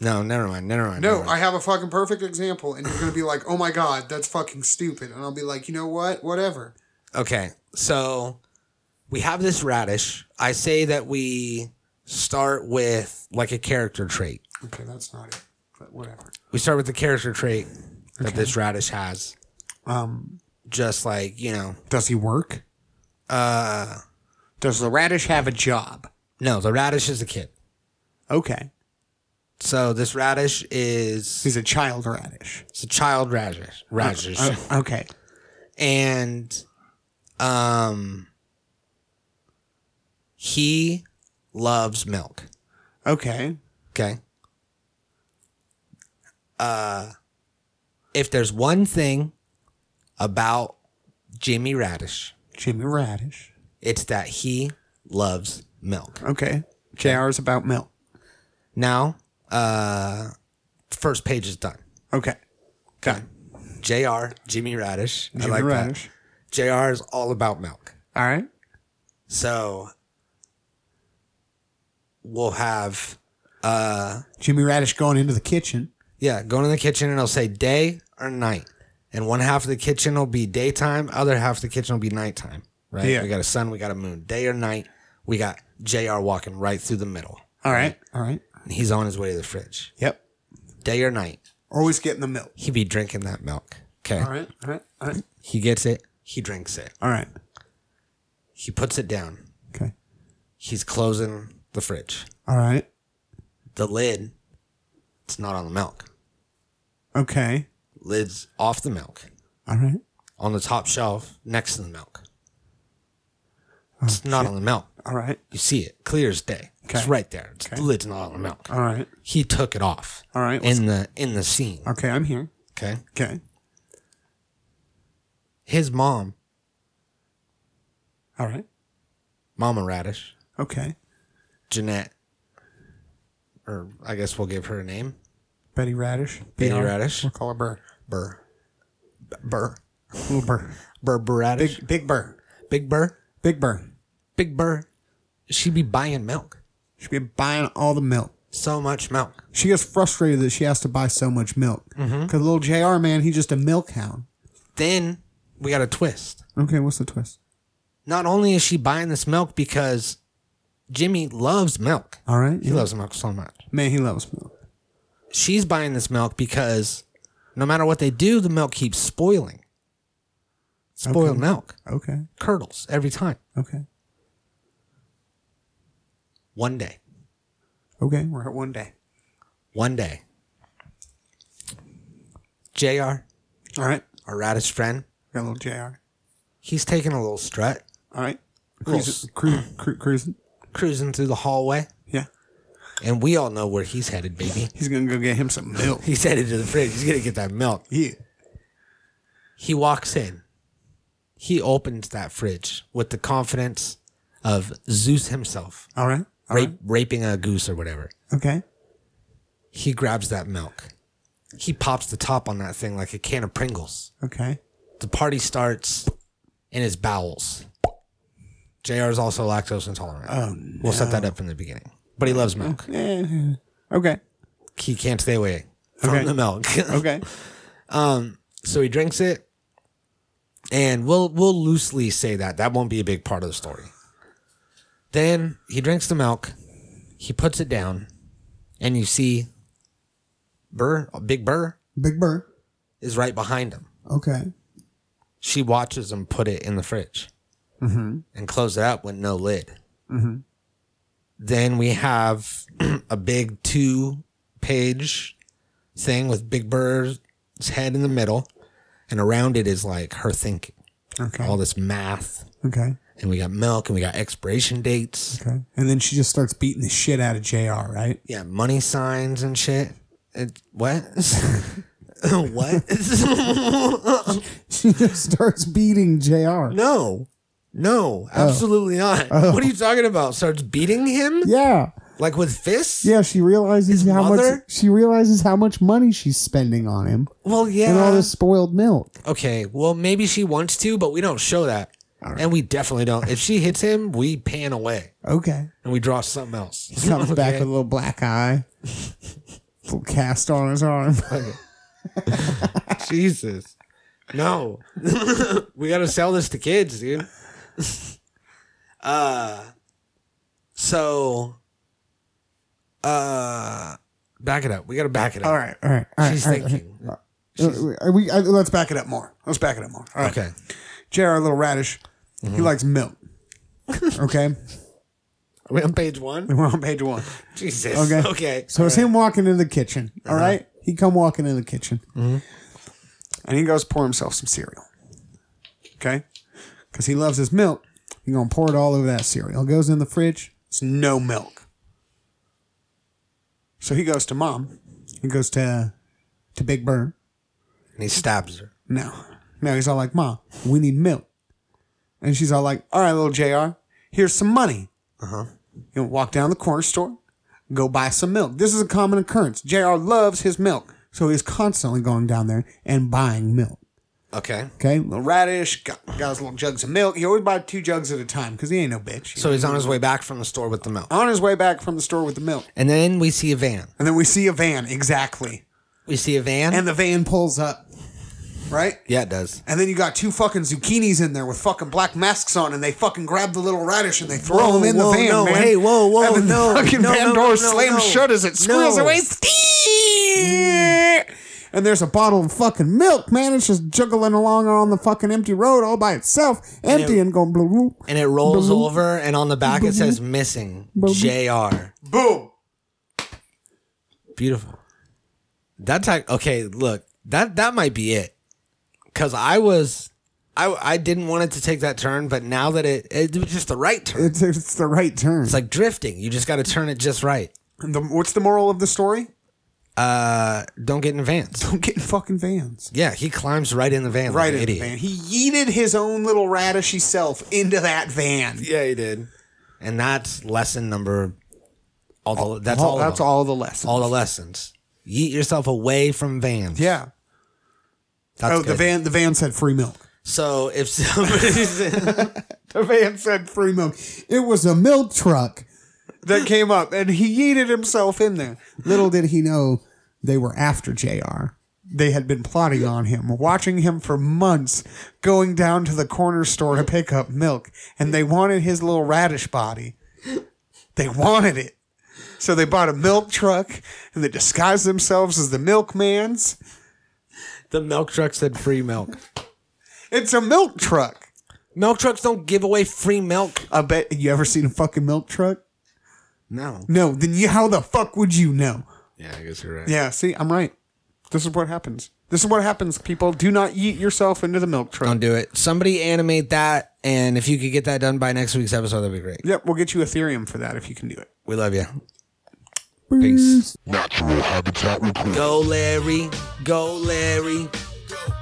Speaker 3: No, never mind, never mind.
Speaker 4: No,
Speaker 3: never
Speaker 4: I
Speaker 3: mind.
Speaker 4: have a fucking perfect example, and you're gonna be like, "Oh my god, that's fucking stupid," and I'll be like, "You know what? Whatever."
Speaker 3: Okay. So we have this radish. I say that we start with like a character trait.
Speaker 4: Okay, that's not it, but whatever.
Speaker 3: We start with the character trait that this radish has.
Speaker 4: Um,
Speaker 3: Just like, you know,
Speaker 4: does he work? Uh, does the radish have a job?
Speaker 3: no, the radish is a kid.
Speaker 4: Okay,
Speaker 3: So this radish is
Speaker 4: he's a child radish.
Speaker 3: it's a child radish. Radish.
Speaker 4: Okay,
Speaker 3: and um he loves milk
Speaker 4: okay,
Speaker 3: okay uh if there's one thing about jimmy radish
Speaker 4: Jimmy Radish.
Speaker 3: it's that he loves milk
Speaker 4: Okay, Jr. is about milk.
Speaker 3: now uh first page is done
Speaker 4: Okay,
Speaker 3: okay jr jimmy radish
Speaker 4: Jimmy
Speaker 3: i like
Speaker 4: Radish.
Speaker 3: that jr is all about milk
Speaker 4: All right.
Speaker 3: So we'll have
Speaker 4: Jimmy Radish going into the kitchen.
Speaker 3: yeah, going in the kitchen and I'll say day or night. And one half of the kitchen will be daytime, other half of the kitchen will be nighttime. Right?
Speaker 4: Yeah.
Speaker 3: We got a sun, we got a moon. Day or night, we got JR walking right through the middle.
Speaker 4: All right. All right.
Speaker 3: And he's on his way to the fridge.
Speaker 4: Yep.
Speaker 3: Day or night,
Speaker 4: Always getting the milk.
Speaker 3: he be drinking that milk. Okay.
Speaker 4: All right. All right. All right.
Speaker 3: He gets it, he drinks it.
Speaker 4: All right.
Speaker 3: He puts it down.
Speaker 4: Okay.
Speaker 3: He's closing the fridge.
Speaker 4: All right.
Speaker 3: The lid, it's not on the milk.
Speaker 4: Okay.
Speaker 3: Lid's off the milk.
Speaker 4: All right.
Speaker 3: on the top shelf next to the milk.
Speaker 4: Oh,
Speaker 3: It's not on the milk.
Speaker 4: All right.
Speaker 3: You see it clear as day. It's
Speaker 4: Okay.
Speaker 3: right there. It's, The lid's not on the milk.
Speaker 4: All right.
Speaker 3: He took it off.
Speaker 4: All right,
Speaker 3: In the in the scene.
Speaker 4: Okay, I'm here.
Speaker 3: Okay.
Speaker 4: Okay.
Speaker 3: His mom,
Speaker 4: All right.
Speaker 3: Mama Radish,
Speaker 4: Okay.
Speaker 3: Jeanette, or I guess we'll give her a name.
Speaker 4: Betty Radish.
Speaker 3: Betty
Speaker 4: BR.
Speaker 3: Radish.
Speaker 4: We'll call her Burr.
Speaker 3: Burr. Burr.
Speaker 4: Little Burr.
Speaker 3: Burr Burr Radish.
Speaker 4: Big, big Burr.
Speaker 3: Big Burr.
Speaker 4: Big Burr.
Speaker 3: Big Burr. She be buying milk.
Speaker 4: She's been buying all the milk.
Speaker 3: So much milk.
Speaker 4: She gets frustrated that she has to buy so much milk. Because little JR, man, he's just a milk hound.
Speaker 3: Then we got a twist.
Speaker 4: Okay, what's the twist?
Speaker 3: not only is she buying this milk because Jimmy loves milk.
Speaker 4: All right.
Speaker 3: He loves milk so much.
Speaker 4: Man, he loves milk.
Speaker 3: She's buying this milk because no matter what they do, the milk keeps spoiling. Spoiled
Speaker 4: Okay.
Speaker 3: milk
Speaker 4: Okay.
Speaker 3: curdles every time.
Speaker 4: Okay.
Speaker 3: One day,
Speaker 4: Okay. We're at one day.
Speaker 3: one day, JR,
Speaker 4: All right.
Speaker 3: our radish friend,
Speaker 4: Got a little JR.
Speaker 3: he's taking a little strut,
Speaker 4: All right.
Speaker 3: Little
Speaker 4: Cruising. Cru- cru- cruising.
Speaker 3: cruising through the hallway,
Speaker 4: Yeah.
Speaker 3: and we all know where he's headed, baby.
Speaker 4: He's going to go get him some milk.
Speaker 3: He's headed to the fridge. He's going to get that milk.
Speaker 4: yeah.
Speaker 3: He walks in. He opens that fridge with the confidence of Zeus himself
Speaker 4: All right.
Speaker 5: Uh-huh.
Speaker 4: All
Speaker 3: rape,
Speaker 4: right.
Speaker 3: raping a goose or whatever.
Speaker 5: Okay.
Speaker 3: He grabs that milk. He pops the top on that thing like a can of Pringles.
Speaker 5: Okay.
Speaker 3: The party starts in his bowels. JR is also lactose intolerant. Oh, We'll set that up in the beginning. But he loves milk.
Speaker 5: Okay.
Speaker 3: He can't stay away from
Speaker 5: Okay.
Speaker 3: the milk.
Speaker 5: Okay.
Speaker 3: so he drinks it and we'll we'll loosely say that that won't be a big part of the story then he drinks the milk he puts it down and you see burr big burr
Speaker 5: Big Burr.
Speaker 3: is right behind him
Speaker 5: Okay.
Speaker 3: she watches him put it in the fridge
Speaker 5: Mm-hmm.
Speaker 3: and close it up with no lid then we have a big two page thing with big bird's head in the middle and around it is like her thinking
Speaker 5: Okay.
Speaker 3: all this math
Speaker 5: Okay.
Speaker 3: and we got milk and we got expiration dates
Speaker 5: Okay. And then she just starts beating the shit out of JR, right?
Speaker 3: yeah money signs and shit it, what what
Speaker 5: She just starts beating JR.
Speaker 3: no no absolutely not what are you talking about starts beating him
Speaker 5: Oh. Yeah.
Speaker 3: like with fists
Speaker 5: Yeah, she realizes
Speaker 3: His
Speaker 5: how much
Speaker 3: mother?
Speaker 5: she realizes how much money she's spending on him
Speaker 3: well yeah
Speaker 5: and all this spoiled milk.
Speaker 3: okay well maybe she wants to but we don't show that and we definitely don't if she hits him we pan away
Speaker 5: Okay.
Speaker 3: and we draw something else
Speaker 5: Comes back
Speaker 3: Okay?
Speaker 5: with a little black eye. little cast on his arm.
Speaker 3: Jesus. No. we got to sell this to kids, dude. uh so uh back it up. We got to back it up.
Speaker 4: All right.
Speaker 5: All right. All right.
Speaker 3: She's
Speaker 5: all right, all right.
Speaker 3: thinking.
Speaker 5: Are we, I, let's
Speaker 4: Let's back it up more. Let's back it up more. All right.
Speaker 3: Okay.
Speaker 4: JR Little Radish, he likes milk. Okay.
Speaker 3: Are we on page 1?
Speaker 4: We're on page one.
Speaker 3: Jesus.
Speaker 5: Okay.
Speaker 3: Okay. Okay.
Speaker 5: So it's him walking into the kitchen. All right. He come walking in the kitchen.
Speaker 4: And he goes pour himself some cereal. Okay. Because he loves his milk.
Speaker 5: He gonna pour it all over that cereal. Goes in the fridge.
Speaker 4: It's no milk. So he goes to mom.
Speaker 5: He goes to to Big Burn.
Speaker 3: And he stabs her.
Speaker 4: No.
Speaker 5: Now he's all like, "Ma, we need milk,"
Speaker 4: And she's all like, all right, little JR, here's some money. Uh huh. You know, walk down the corner store, go buy some milk. This is a common occurrence. JR loves his milk.
Speaker 5: so he's constantly going down there and buying milk.
Speaker 3: Okay.
Speaker 5: Okay,
Speaker 4: Little Radish got, got his little jugs of milk. He always buy two jugs at a time because he ain't no bitch.
Speaker 3: So he's on his way back from the store with the milk.
Speaker 4: on his way back from the store with the milk.
Speaker 3: And then we see a van.
Speaker 4: And then we see a van, exactly.
Speaker 3: We see a van.
Speaker 4: And the van pulls up, right?
Speaker 3: yeah, it does.
Speaker 4: And then you got two fucking zucchinis in there with fucking black masks on, and they fucking grab the little radish and they throw him in
Speaker 3: whoa,
Speaker 4: the van,
Speaker 3: no,
Speaker 4: man.
Speaker 3: hey, whoa, whoa,
Speaker 4: and the
Speaker 3: no,
Speaker 4: fucking
Speaker 3: no, no,
Speaker 4: van
Speaker 3: no,
Speaker 4: door
Speaker 3: no,
Speaker 4: slams
Speaker 3: no.
Speaker 4: shut as it squeals
Speaker 3: No.
Speaker 4: away.
Speaker 5: and there's a bottle of fucking milk, man. It's just juggling along on the fucking empty road all by itself, empty and going blue. blue.
Speaker 3: And it rolls
Speaker 5: Boom.
Speaker 3: over and on the back it says missing JR.
Speaker 4: Boom.
Speaker 3: Beautiful. That's how, okay. Look, that that might be it. Cause I was, I I didn't want it to take that turn, but now that it it was just the right turn.
Speaker 5: It's it's the right turn.
Speaker 3: It's like drifting. You just got to turn it just right.
Speaker 4: And the, what's the moral of the story?
Speaker 3: Uh, Don't get in vans.
Speaker 4: Don't get in fucking vans.
Speaker 3: Yeah, he climbs right in the van.
Speaker 4: Right
Speaker 3: Right
Speaker 4: in
Speaker 3: like an
Speaker 4: the
Speaker 3: idiot.
Speaker 4: van. He yeeted his own little radishy self into that van.
Speaker 3: Yeah, he did. And that's lesson number. All the that's all.
Speaker 4: that's
Speaker 3: of them.
Speaker 4: all the lesson.
Speaker 3: All the lessons. Yeet yourself away from vans.
Speaker 4: yeah.
Speaker 3: That's
Speaker 4: oh, the
Speaker 3: good.
Speaker 4: van. The van said free milk.
Speaker 3: So if somebody's
Speaker 4: The van said free milk.
Speaker 5: it was a milk truck.
Speaker 4: that came up, and he yeeted himself in there.
Speaker 5: Little did he know they were after Jr.
Speaker 4: They had been plotting on him, watching him for months, going down to the corner store to pick up milk, and they wanted his little radish body. They wanted it. So they bought a milk truck and they disguised themselves as the milkmans.
Speaker 3: the milk truck said free milk.
Speaker 4: It's a milk truck.
Speaker 3: Milk trucks don't give away free milk.
Speaker 4: I bet you ever seen a fucking milk truck?
Speaker 3: No.
Speaker 4: No, then you how the fuck would you know?
Speaker 3: Yeah, I guess you're right.
Speaker 4: Yeah, see, I'm right. This is what happens. This is what happens, people. Do not yeet yourself into the milk truck.
Speaker 3: Don't do it. Somebody animate that, and if you could get that done by next week's episode, that'd be great.
Speaker 4: Yep, we'll get you Ethereum for that if you can do it.
Speaker 3: We love you. Peace.
Speaker 9: Natural habitat report.
Speaker 3: Go, Larry. Go, Larry.
Speaker 7: Go,